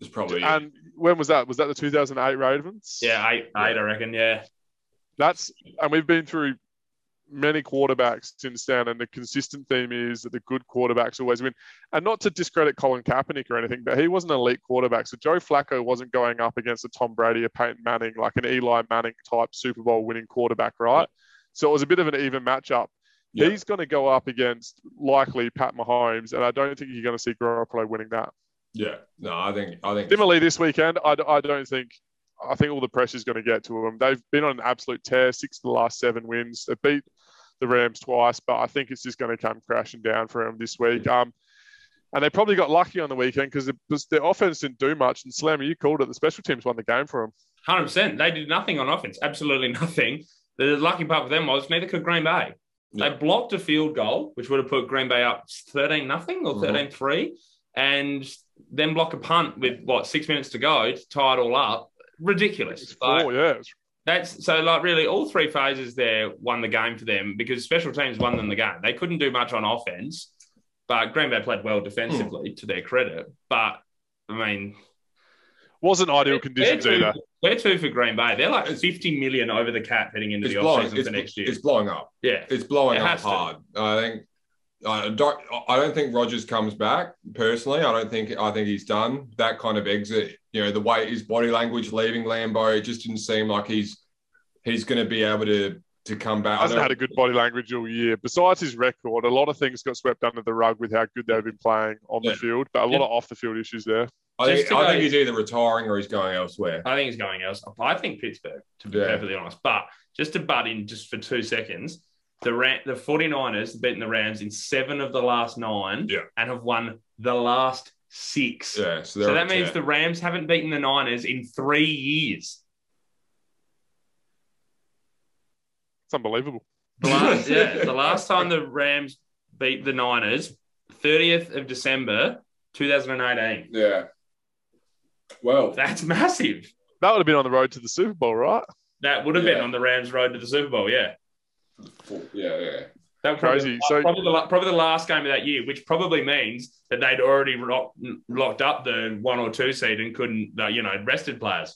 Speaker 1: It's probably
Speaker 3: And when was that? Was that the 2008 Ravens?
Speaker 2: Yeah, eight, eight, I reckon. Yeah,
Speaker 3: That's and we've been through many quarterbacks since then, and the consistent theme is that the good quarterbacks always win. And not to discredit Colin Kaepernick or anything, but he was an elite quarterback. So Joe Flacco wasn't going up against a Tom Brady, a Peyton Manning, like an Eli Manning type Super Bowl winning quarterback, right? So it was a bit of an even matchup.
Speaker 1: Yeah.
Speaker 3: He's going to go up against likely Pat Mahomes, and I don't think you're going to see Garoppolo winning that.
Speaker 1: yeah. No, I think I think
Speaker 3: Similarly, this weekend, I, I don't think I think all the pressure's going to get to them. They've been on an absolute tear, six of the last seven wins. They beat the Rams twice, but I think it's just going to come crashing down for them this week. Um, and they probably got lucky on the weekend because their offense didn't do much. And Slammer, you called it. The special teams won the game for them.
Speaker 2: hundred percent. They did nothing on offense. Absolutely nothing. The lucky part for them was neither could Green Bay. They
Speaker 1: Yeah.
Speaker 2: blocked a field goal, which would have put Green Bay up 13 nothing or
Speaker 1: Mhm.
Speaker 2: 13 3, and then block a punt with what, six minutes to go to tie it all up. Ridiculous. Like,
Speaker 3: Oh yeah, it's-
Speaker 2: that's so, like, really, all three phases there won the game for them because special teams won them the game. They couldn't do much on offense, but Green Bay played well defensively to their credit. But I mean,
Speaker 3: wasn't ideal
Speaker 2: They're
Speaker 3: conditions
Speaker 2: two-
Speaker 3: either.
Speaker 2: Where two for Green Bay? They're like 50 million over the cap heading into
Speaker 1: it's
Speaker 2: the
Speaker 1: blowing
Speaker 2: offseason
Speaker 1: it's,
Speaker 2: for next year.
Speaker 1: it's blowing up.
Speaker 2: Yeah.
Speaker 1: It's blowing
Speaker 2: It
Speaker 1: up
Speaker 2: has to.
Speaker 1: hard. I think. I don't. I don't think Rogers comes back personally. I don't think. I think he's done that kind of exit. You know, the way his body language leaving Lambo, it just didn't seem like he's he's going to be able to to come back. I
Speaker 3: Hasn't
Speaker 1: don't-
Speaker 3: had a good body language all year. Besides his record, a lot of things got swept under the rug with how good they've been playing on
Speaker 1: Yeah.
Speaker 3: the field, but a lot of off the field issues there.
Speaker 1: I think,
Speaker 2: Just to
Speaker 1: I
Speaker 2: go-
Speaker 1: think he's either retiring or he's going elsewhere.
Speaker 2: I think he's going else. I think Pittsburgh, to be
Speaker 1: Yeah.
Speaker 2: perfectly honest. But just to butt in just for two seconds, the Ram- the 49ers have beaten the Rams in seven of the last nine
Speaker 1: Yeah.
Speaker 2: and have won the last six.
Speaker 1: Yeah. So,
Speaker 2: so that means the Rams haven't beaten the Niners in three years.
Speaker 3: It's unbelievable.
Speaker 2: The last, yeah, the last time the Rams beat the Niners, 30th of December, 2018.
Speaker 1: yeah. Well,
Speaker 2: That's massive.
Speaker 3: That would have been on the road to the Super Bowl, right?
Speaker 2: That would have been
Speaker 1: Yeah.
Speaker 2: on the Rams road to the Super Bowl, yeah.
Speaker 1: yeah, yeah.
Speaker 2: That was probably,
Speaker 3: Crazy. So-
Speaker 2: probably, the, la- probably the last game of that year, which probably means that they'd already locked, locked up the one or two seed and couldn't, uh, you know, rested players.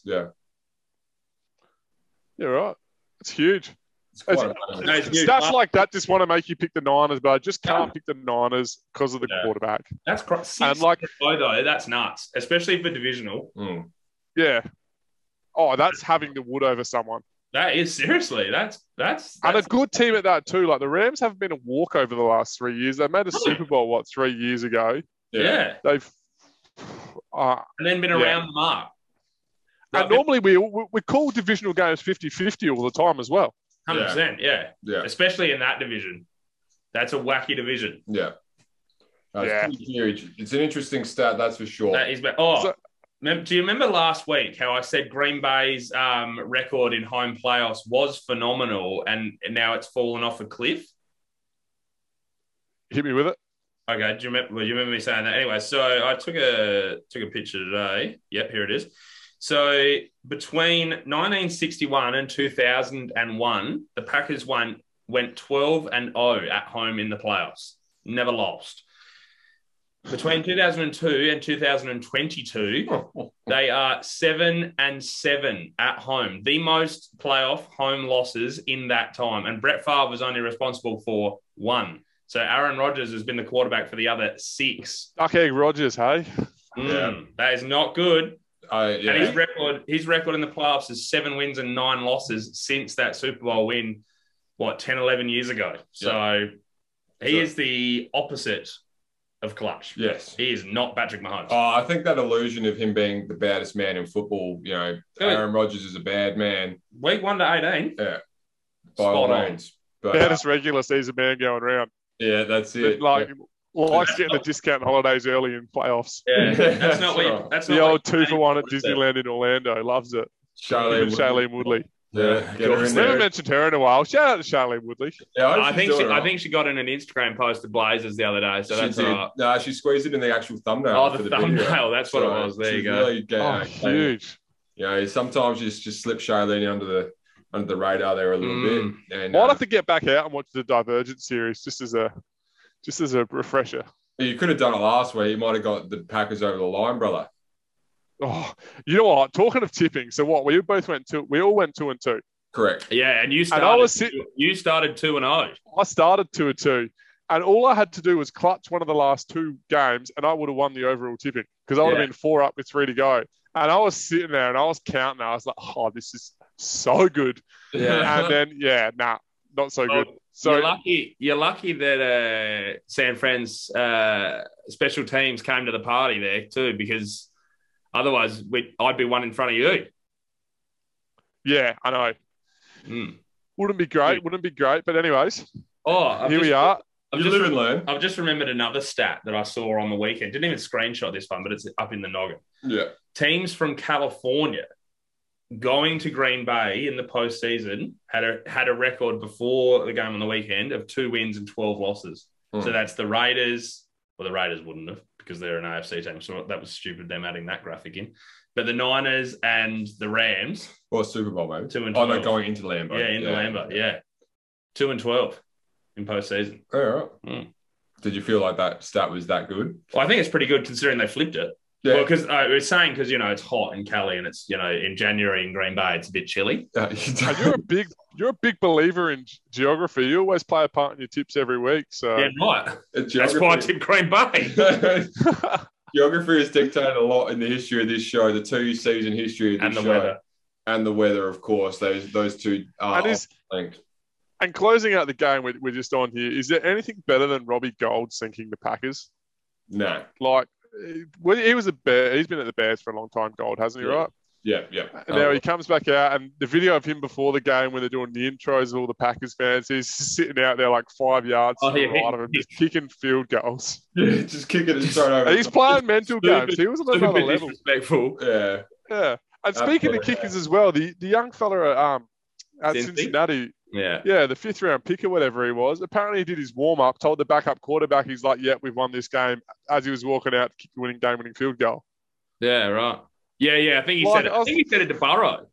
Speaker 3: Yeah, right. It's huge.
Speaker 1: It's quite
Speaker 3: It's-
Speaker 1: a
Speaker 2: No, it's huge.
Speaker 3: Stats like that just want to make you pick the Niners, but I just can't pick the Niners because of the
Speaker 2: Yeah.
Speaker 3: quarterback.
Speaker 2: That's cr- six
Speaker 3: And like,
Speaker 2: in a row, though. That's nuts, especially for divisional.
Speaker 1: Mm.
Speaker 3: yeah. Oh, that's having the wood over someone.
Speaker 2: That is seriously. That's that's.
Speaker 3: And a
Speaker 2: that's
Speaker 3: good team at that too. Like the Rams haven't been a walk over the last three years. They made a
Speaker 2: Really?
Speaker 3: Super Bowl what three years ago.
Speaker 2: yeah.
Speaker 3: They've uh,
Speaker 2: and then been
Speaker 3: Yeah.
Speaker 2: around the mark.
Speaker 3: and normally we, we we call divisional games 50-50 all the time as well.
Speaker 2: Hundred percent, yeah.
Speaker 1: Yeah.
Speaker 2: Especially in that division. That's a wacky division.
Speaker 1: Yeah. That's
Speaker 3: Yeah.
Speaker 1: pretty huge. It's an interesting stat, that's for sure.
Speaker 2: That is, oh,
Speaker 3: So-
Speaker 2: mem- do you remember last week how I said Green Bay's um, record in home playoffs was phenomenal, and now it's fallen off a cliff?
Speaker 3: Hit me with it.
Speaker 2: Okay, do you remember? Well, you remember me saying that anyway. So I took a took a picture today. Yep, here it is. So between 1961 and 2001, the Packers won went 12 and 0 at home in the playoffs. Never lost. Between 2002 and 2022, they are seven and seven at home, the most playoff home losses in that time. And Brett Favre was only responsible for one. So Aaron Rodgers has been the quarterback for the other six.
Speaker 3: Duck egg Rogers, hey.
Speaker 2: Mm, That is not good.
Speaker 1: Uh, yeah.
Speaker 2: And his record, his record in the playoffs is seven wins and nine losses since that Super Bowl win, what, 10, 11 years ago. So he
Speaker 1: Sure.
Speaker 2: is the opposite of clutch.
Speaker 1: yes.
Speaker 2: He is not Patrick Mahomes.
Speaker 1: Oh, I think that illusion of him being the baddest man in football, you know,
Speaker 2: Good.
Speaker 1: Aaron Rodgers is a bad man
Speaker 2: Week one to 18.
Speaker 1: by all
Speaker 2: Spot on.
Speaker 1: means. But uh,
Speaker 3: Baddest regular season man going round.
Speaker 1: yeah, that's it.
Speaker 3: like likes getting the discount holidays early in playoffs.
Speaker 2: Yeah, that's not what. You,
Speaker 1: Right.
Speaker 2: that's
Speaker 3: The
Speaker 2: not what
Speaker 3: old
Speaker 2: you
Speaker 3: two for
Speaker 2: pay
Speaker 3: one at
Speaker 2: is it?
Speaker 3: Disneyland in Orlando loves it.
Speaker 1: Charlie,
Speaker 3: Even Shailene Woodley.
Speaker 1: Yeah, get her in
Speaker 3: Never
Speaker 1: there.
Speaker 3: mentioned her in a while. Shout out to Shailene Woodley.
Speaker 1: Yeah,
Speaker 2: I think
Speaker 1: she's
Speaker 2: she,
Speaker 1: doing
Speaker 2: I
Speaker 1: it.
Speaker 2: think she got in an Instagram post to Blazers the other day, so
Speaker 1: she
Speaker 2: that's
Speaker 1: did.
Speaker 2: all right.
Speaker 1: Nah, she squeezed it in the actual thumbnail.
Speaker 2: Oh,
Speaker 1: for
Speaker 2: the,
Speaker 1: video.
Speaker 2: thumbnail. That's what it
Speaker 1: So
Speaker 2: was. There you
Speaker 1: she's
Speaker 2: go.
Speaker 1: Really, yeah,
Speaker 3: Oh, huge.
Speaker 1: you know, sometimes you just, just slip Charlene under the under the radar there a little
Speaker 2: Mm.
Speaker 1: bit. And
Speaker 3: Might
Speaker 1: uh,
Speaker 3: have to get back out and watch the Divergent series just as a just as a refresher.
Speaker 1: you could have done it last week. You might have got the Packers over the line, brother.
Speaker 3: Oh, you know what? Talking of tipping, so what? We both went two. We all went two and two.
Speaker 1: Correct.
Speaker 2: Yeah, and you
Speaker 3: I
Speaker 2: started.
Speaker 3: was sit-
Speaker 2: you started two and oh. zero.
Speaker 3: I started two and two, and all I had to do was clutch one of the last two games, and I would have won the overall tipping because I would have
Speaker 2: Yeah.
Speaker 3: been four up with three to go. And I was sitting there and I was counting. I was like, "Oh, this is so good."
Speaker 1: Yeah.
Speaker 3: And then, yeah, nah, not so
Speaker 2: Oh,
Speaker 3: good. So
Speaker 2: you're lucky. You're lucky that uh, San Fran's uh, special teams came to the party there too, because otherwise we'd, I'd be one in front of you.
Speaker 3: yeah, I know.
Speaker 2: Mm.
Speaker 3: Wouldn't be great. Wouldn't be great. But anyways,
Speaker 2: Oh, I've
Speaker 3: here
Speaker 2: just,
Speaker 3: we are.
Speaker 2: I've
Speaker 1: You
Speaker 2: just,
Speaker 1: live and learn.
Speaker 2: I've just remembered another stat that I saw on the weekend. Didn't even screenshot this one, but it's up in the noggin.
Speaker 1: Yeah.
Speaker 2: Teams from California going to Green Bay in the postseason had a had a record before the game on the weekend of two wins and twelve losses.
Speaker 1: Hmm.
Speaker 2: So that's the Raiders. Well, the Raiders wouldn't have because they're an AFC team. So that was stupid them adding that graphic in. But the Niners and the Rams,
Speaker 1: Or Super Bowl, maybe.
Speaker 2: two and
Speaker 1: Oh,
Speaker 2: twelve.
Speaker 1: no, going into Lambo.
Speaker 2: yeah, in the Lambo, yeah, two and twelve in postseason.
Speaker 1: All right.
Speaker 2: Mm.
Speaker 1: Did you feel like that stat was that good?
Speaker 2: Well, I think it's pretty good considering they flipped it.
Speaker 1: Yeah.
Speaker 2: Well, because uh, we we're saying because you know it's hot in Cali and it's you know in January in Green Bay it's a bit chilly.
Speaker 1: Uh, you
Speaker 3: And
Speaker 1: don't-
Speaker 3: you're a big you're a big believer in ge- geography. You always play a part in your tips every week. So
Speaker 2: yeah, right. That's why I
Speaker 1: Geography-
Speaker 2: tipped Green Bay.
Speaker 1: Geography has dictated a lot in the history of this show, the two season history of this
Speaker 2: and the
Speaker 1: show,
Speaker 2: weather.
Speaker 1: and the weather, of course. Those those two are
Speaker 3: and is
Speaker 1: linked.
Speaker 3: and closing out the game we're, we're just on here. Is there anything better than Robbie Gold sinking the Packers?
Speaker 1: No,
Speaker 3: Like eh, well, he was a bear. He's been at the Bears for a long time. Gold hasn't he?
Speaker 1: Yeah.
Speaker 3: Right.
Speaker 1: yeah, yeah.
Speaker 3: And now he comes back out, and the video of him before the game when they're doing the intros of all the Packers fans, he's sitting out there like five yards
Speaker 2: Oh,
Speaker 3: to the
Speaker 2: yeah, he-
Speaker 3: right of him, just kicking field goals.
Speaker 1: Yeah, Um, just kicking it straight over.
Speaker 3: And he's playing mental
Speaker 2: Stupid-
Speaker 3: games. He was on another
Speaker 2: Super
Speaker 3: level.
Speaker 2: disrespectful.
Speaker 1: Yeah,
Speaker 3: Yeah. And speaking of
Speaker 1: Absolutely.
Speaker 3: kickers as well, the, the young fella at, um, at
Speaker 2: Cincy?
Speaker 3: Cincinnati,
Speaker 2: Yeah.
Speaker 3: yeah, the fifth round pick or whatever he was, apparently he did his warm up, told the backup quarterback, he's like, yep, we've won this game as he was walking out to kick the winning game winning field goal.
Speaker 2: Yeah, right. Yeah, yeah. I think he
Speaker 3: Like,
Speaker 2: said it.
Speaker 3: I
Speaker 2: I
Speaker 3: was-
Speaker 2: think he said it to Burrow.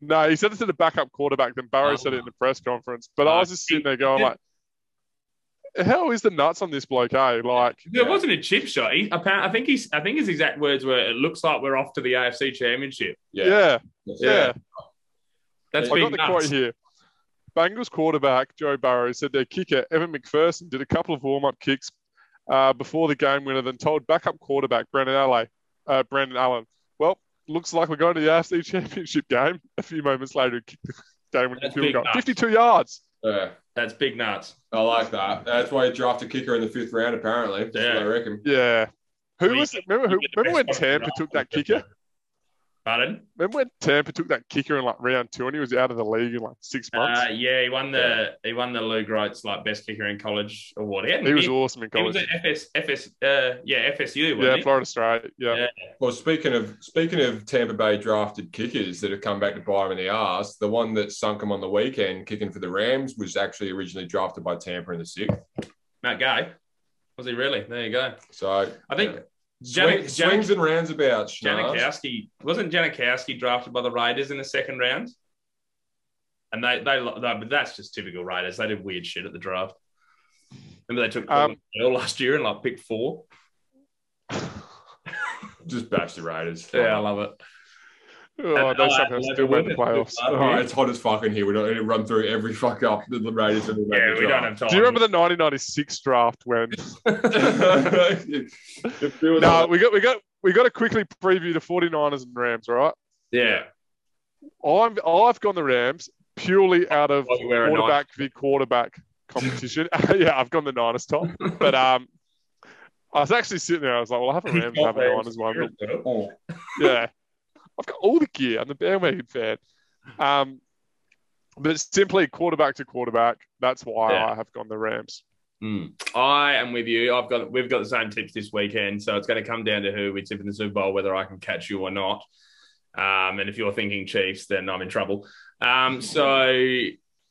Speaker 3: No, he said it to the backup quarterback, then Barrow
Speaker 2: Oh.
Speaker 3: said it in the press conference. But I was just sitting there going, like, how is the nuts on this bloke, eh? Like,
Speaker 2: It wasn't a chip shot. He, apparent, I think he's. I think his exact words were, "It looks like we're off to the AFC Championship."
Speaker 1: yeah,
Speaker 3: yeah, yeah.
Speaker 2: Yeah. That's
Speaker 1: Yeah.
Speaker 3: I
Speaker 2: been
Speaker 3: got the quote
Speaker 2: nuts.
Speaker 3: here. Bengals quarterback Joe Burrow said their kicker Evan McPherson did a couple of warm-up kicks uh, before the game winner, then told backup quarterback Brandon Allen, uh, Brandon Allen, "Well, looks like we're going to the AFC Championship game." A few moments later, he kicked the game winning
Speaker 2: That's
Speaker 3: field
Speaker 2: big
Speaker 3: goal,
Speaker 2: nuts.
Speaker 3: 52 yards.
Speaker 1: yeah.
Speaker 2: That's big nuts.
Speaker 1: I like that. That's why you draft a kicker in the fifth round, apparently. That's
Speaker 2: Yeah.
Speaker 1: what I reckon.
Speaker 3: Yeah. Who
Speaker 2: Well, you
Speaker 3: was
Speaker 2: get-
Speaker 3: it? Remember,
Speaker 2: you
Speaker 3: who,
Speaker 2: get the
Speaker 3: remember when
Speaker 2: best player in the
Speaker 3: Tampa
Speaker 2: draft.
Speaker 3: took that kicker?
Speaker 2: Pardon?
Speaker 3: Remember when Tampa took that kicker in like round two and he was out of the league in like six months?
Speaker 2: Uh, yeah, he won the he won the Lou Groats like best kicker in college award. He, hadn't
Speaker 3: he was
Speaker 2: been-
Speaker 3: awesome in
Speaker 2: he was
Speaker 3: college.
Speaker 2: at FS FS uh, yeah FSU. Wasn't
Speaker 3: Yeah,
Speaker 2: he?
Speaker 3: Florida State. Yeah.
Speaker 2: Yeah.
Speaker 1: Well, speaking of speaking of Tampa Bay drafted kickers that have come back to bite them in the ass, the one that sunk them on the weekend kicking for the Rams was actually originally drafted by Tampa in the sixth.
Speaker 2: Matt Gay. Was he really? There you go.
Speaker 1: So
Speaker 2: I think
Speaker 1: yeah. Swing-
Speaker 2: Janik-
Speaker 1: swings and roundabouts. Schnars.
Speaker 2: Janikowski wasn't Janikowski drafted by the Raiders in the second round, and they they, lo- they but that's just typical Raiders. They did weird shit at the draft. Remember they took
Speaker 3: Um,
Speaker 2: Earl last year and like picked four.
Speaker 1: Just bash the Raiders.
Speaker 2: Yeah, I love it.
Speaker 3: Oh,
Speaker 2: And
Speaker 3: they
Speaker 2: LA
Speaker 3: somehow still
Speaker 2: won
Speaker 3: went to
Speaker 2: it.
Speaker 3: playoffs.
Speaker 2: Yeah,
Speaker 1: All right, it's hot as fuck in here. We don't need to run through every fuck up that the Raiders have
Speaker 2: Yeah, we don't have time.
Speaker 3: Do you remember the 1996 draft when?
Speaker 1: don't
Speaker 3: no, we got we got we got to quickly preview the 49ers and Rams. All right,
Speaker 2: Yeah,
Speaker 3: I'm I've gone the Rams purely out of
Speaker 2: While you wear a
Speaker 3: quarterback v quarterback competition. yeah, I've gone the Niners top, but um, I was actually sitting there. I was like, well, I have a Rams, I have a
Speaker 2: Rams.
Speaker 3: Niners one. but
Speaker 1: Oh,
Speaker 3: yeah, I've got all the gear. I'm the bandwagon fan. Um, but it's simply quarterback to quarterback. That's why
Speaker 2: Yeah.
Speaker 3: I have gone the Rams.
Speaker 2: Mm. I am with you. I've got we've got the same tips this weekend, so it's going to come down to who we tip in the Super Bowl, whether I can catch you or not. Um, and if you're thinking Chiefs, then I'm in trouble. Um, so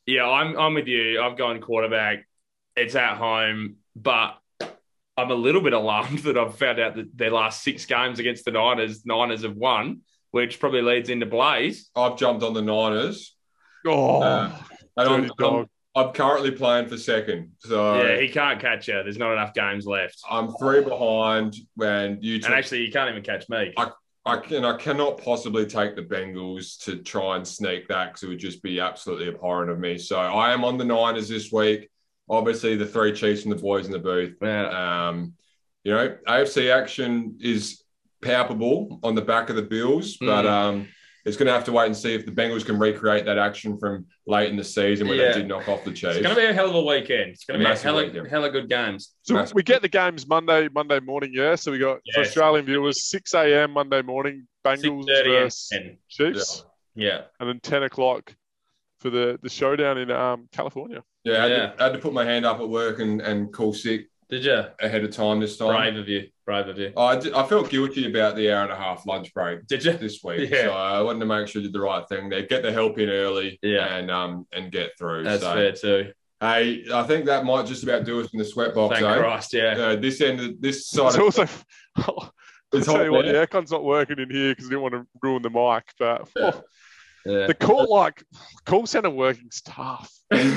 Speaker 2: yeah, I'm I'm with you. I've gone quarterback. It's at home, but I'm a little bit alarmed that I've found out that their last six games against the Niners, Niners have won, which probably leads into Blaze.
Speaker 1: I've jumped on the Niners.
Speaker 3: Oh,
Speaker 1: Uh, And I'm,
Speaker 3: dirty dog.
Speaker 1: I'm, I'm currently playing for second. So
Speaker 2: Yeah, he can't catch you. There's not enough games left,
Speaker 1: I'm three behind when you
Speaker 2: and actually, you can't even catch me.
Speaker 1: I can I cannot possibly take the Bengals to try and sneak that because it would just be absolutely abhorrent of me. So I am on the Niners this week. Obviously, the three Chiefs and the boys in the booth.
Speaker 2: Yeah.
Speaker 1: Um, you know, AFC action is palpable on the back of the Bills, but
Speaker 2: Mm.
Speaker 1: um, it's going to have to wait and see if the Bengals can recreate that action from late in the season where
Speaker 2: Yeah.
Speaker 1: they did knock off the Chiefs.
Speaker 2: It's going to be a hell of a weekend. It's going to be a
Speaker 1: Massive
Speaker 2: hell of,
Speaker 1: weekend.
Speaker 2: hell of good games.
Speaker 3: So
Speaker 1: That's-
Speaker 3: we get the games Monday, Monday morning, yeah. So we got for
Speaker 2: Yes.
Speaker 3: Australian viewers, six AM Monday morning, Bengals
Speaker 2: 6:30
Speaker 3: versus
Speaker 2: and 10.
Speaker 3: Chiefs,
Speaker 2: Yeah.
Speaker 3: and then ten o'clock for the, the showdown in um, California.
Speaker 1: yeah, I, had
Speaker 2: Yeah.
Speaker 1: To, I had to put my hand up at work and, and call sick
Speaker 2: Did you?
Speaker 1: ahead of time this time.
Speaker 2: Brave of you. Brave of
Speaker 3: Oh,
Speaker 2: you.
Speaker 1: I, did- I felt guilty about the hour and a half lunch break
Speaker 2: Did you?
Speaker 1: this week,
Speaker 2: Yeah.
Speaker 1: so I wanted to make sure I did the right thing there. Get the help in early,
Speaker 2: Yeah.
Speaker 1: and um and get through.
Speaker 2: That's
Speaker 1: so
Speaker 2: fair too.
Speaker 1: hey, I think that might just about do us in the sweatbox.
Speaker 2: Thank
Speaker 1: eh?
Speaker 2: Christ. Yeah.
Speaker 1: Uh, this end, of, this
Speaker 3: It's
Speaker 1: side, of,
Speaker 3: also I'll
Speaker 1: it's hot
Speaker 3: tell you what, the
Speaker 1: there.
Speaker 3: aircon's not working in here because I didn't want to ruin the mic. But
Speaker 1: Yeah.
Speaker 2: yeah.
Speaker 3: the call like call center working's tough.
Speaker 1: And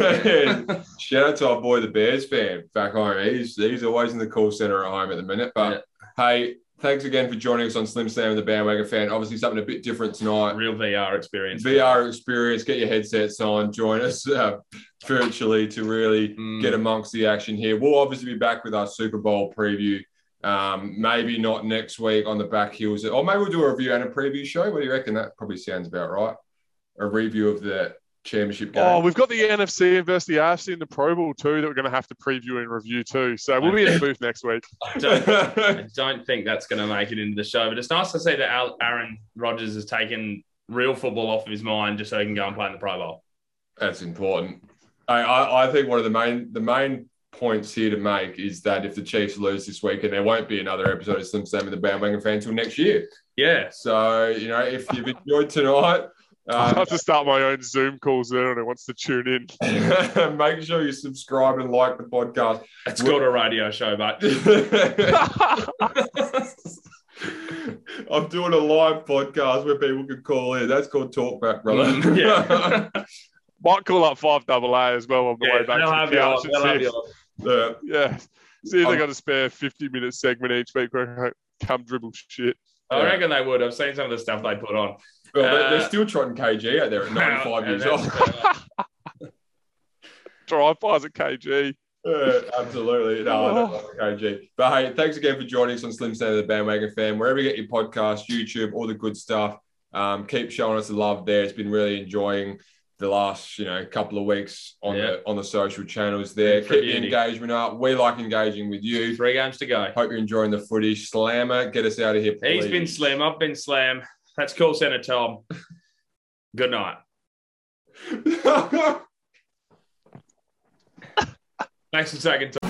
Speaker 1: Shout out to our boy the Bears fan back home. He's he's always in the call center at home at the minute. But hey, thanks again for joining us on Slim Sam and the Bandwagon Fan. Obviously, something a bit different tonight.
Speaker 2: Real VR experience.
Speaker 1: VR experience. Get your headsets on. Join us uh, virtually to really
Speaker 2: Mm.
Speaker 1: get amongst the action here. We'll obviously be back with our Super Bowl preview. Um, maybe not next week on the back heels, or maybe we'll do a review and a preview show. What do you reckon? That probably sounds about right. A review of the championship game.
Speaker 3: Oh, we've got the NFC versus the AFC and the Pro Bowl too that we're going to have to preview and review too. So we'll be in the booth next week.
Speaker 2: Don't- I don't think that's going to make it into the show, but it's nice to see that Al- Aaron Rodgers has taken real football off of his mind just so he can go and play in the Pro Bowl.
Speaker 1: That's important. I, I, I think one of the main the main points here to make is that if the Chiefs lose this week, and there won't be another episode of Slim Sam and the Bandwagon Fan until next year.
Speaker 2: Yeah.
Speaker 1: So, you know, if you've enjoyed tonight,
Speaker 3: I'll
Speaker 1: um,
Speaker 3: have to start my own Zoom calls there and it wants to tune in.
Speaker 1: make sure you subscribe and like the podcast.
Speaker 2: It's called a radio show, but
Speaker 1: I'm doing a live podcast where people can call in. That's called Talkback, brother.
Speaker 2: Mm, yeah.
Speaker 3: Might call up five double A as well on the
Speaker 2: yeah
Speaker 3: way
Speaker 2: they'll
Speaker 3: back to
Speaker 2: have
Speaker 3: the
Speaker 2: you on.
Speaker 3: couch.
Speaker 2: They'll
Speaker 3: and
Speaker 2: have
Speaker 3: see
Speaker 2: you
Speaker 3: if-
Speaker 2: on. Oh.
Speaker 1: yeah.
Speaker 3: Yeah, see if
Speaker 1: Um,
Speaker 3: they got a spare fifty minute segment each week where I come dribble shit.
Speaker 2: I reckon they would. I've seen some of the stuff they put on.
Speaker 1: Well, they're, they're
Speaker 2: Uh,
Speaker 1: still trotting KG out there at 95 years old.
Speaker 3: Drive bys at KG.
Speaker 1: Uh, absolutely. No, I
Speaker 2: Oh.
Speaker 1: don't like KG. But hey, thanks again for joining us on Slim Stand of the Bandwagon Fan. Wherever you get your podcast, YouTube, all the good stuff, um, keep showing us the love there. It's been really enjoying the last, you know, couple of weeks on
Speaker 2: Yeah.
Speaker 1: the on the social channels there. Keep
Speaker 2: Been pretty
Speaker 1: the
Speaker 2: unique.
Speaker 1: engagement up. We like engaging with you.
Speaker 2: Three games to go.
Speaker 1: Hope you're enjoying the footage. Slammer, get us out of here, please.
Speaker 2: He's been slim. I've been slam. That's cool, Senator Tom. Good night. Thanks for taking time.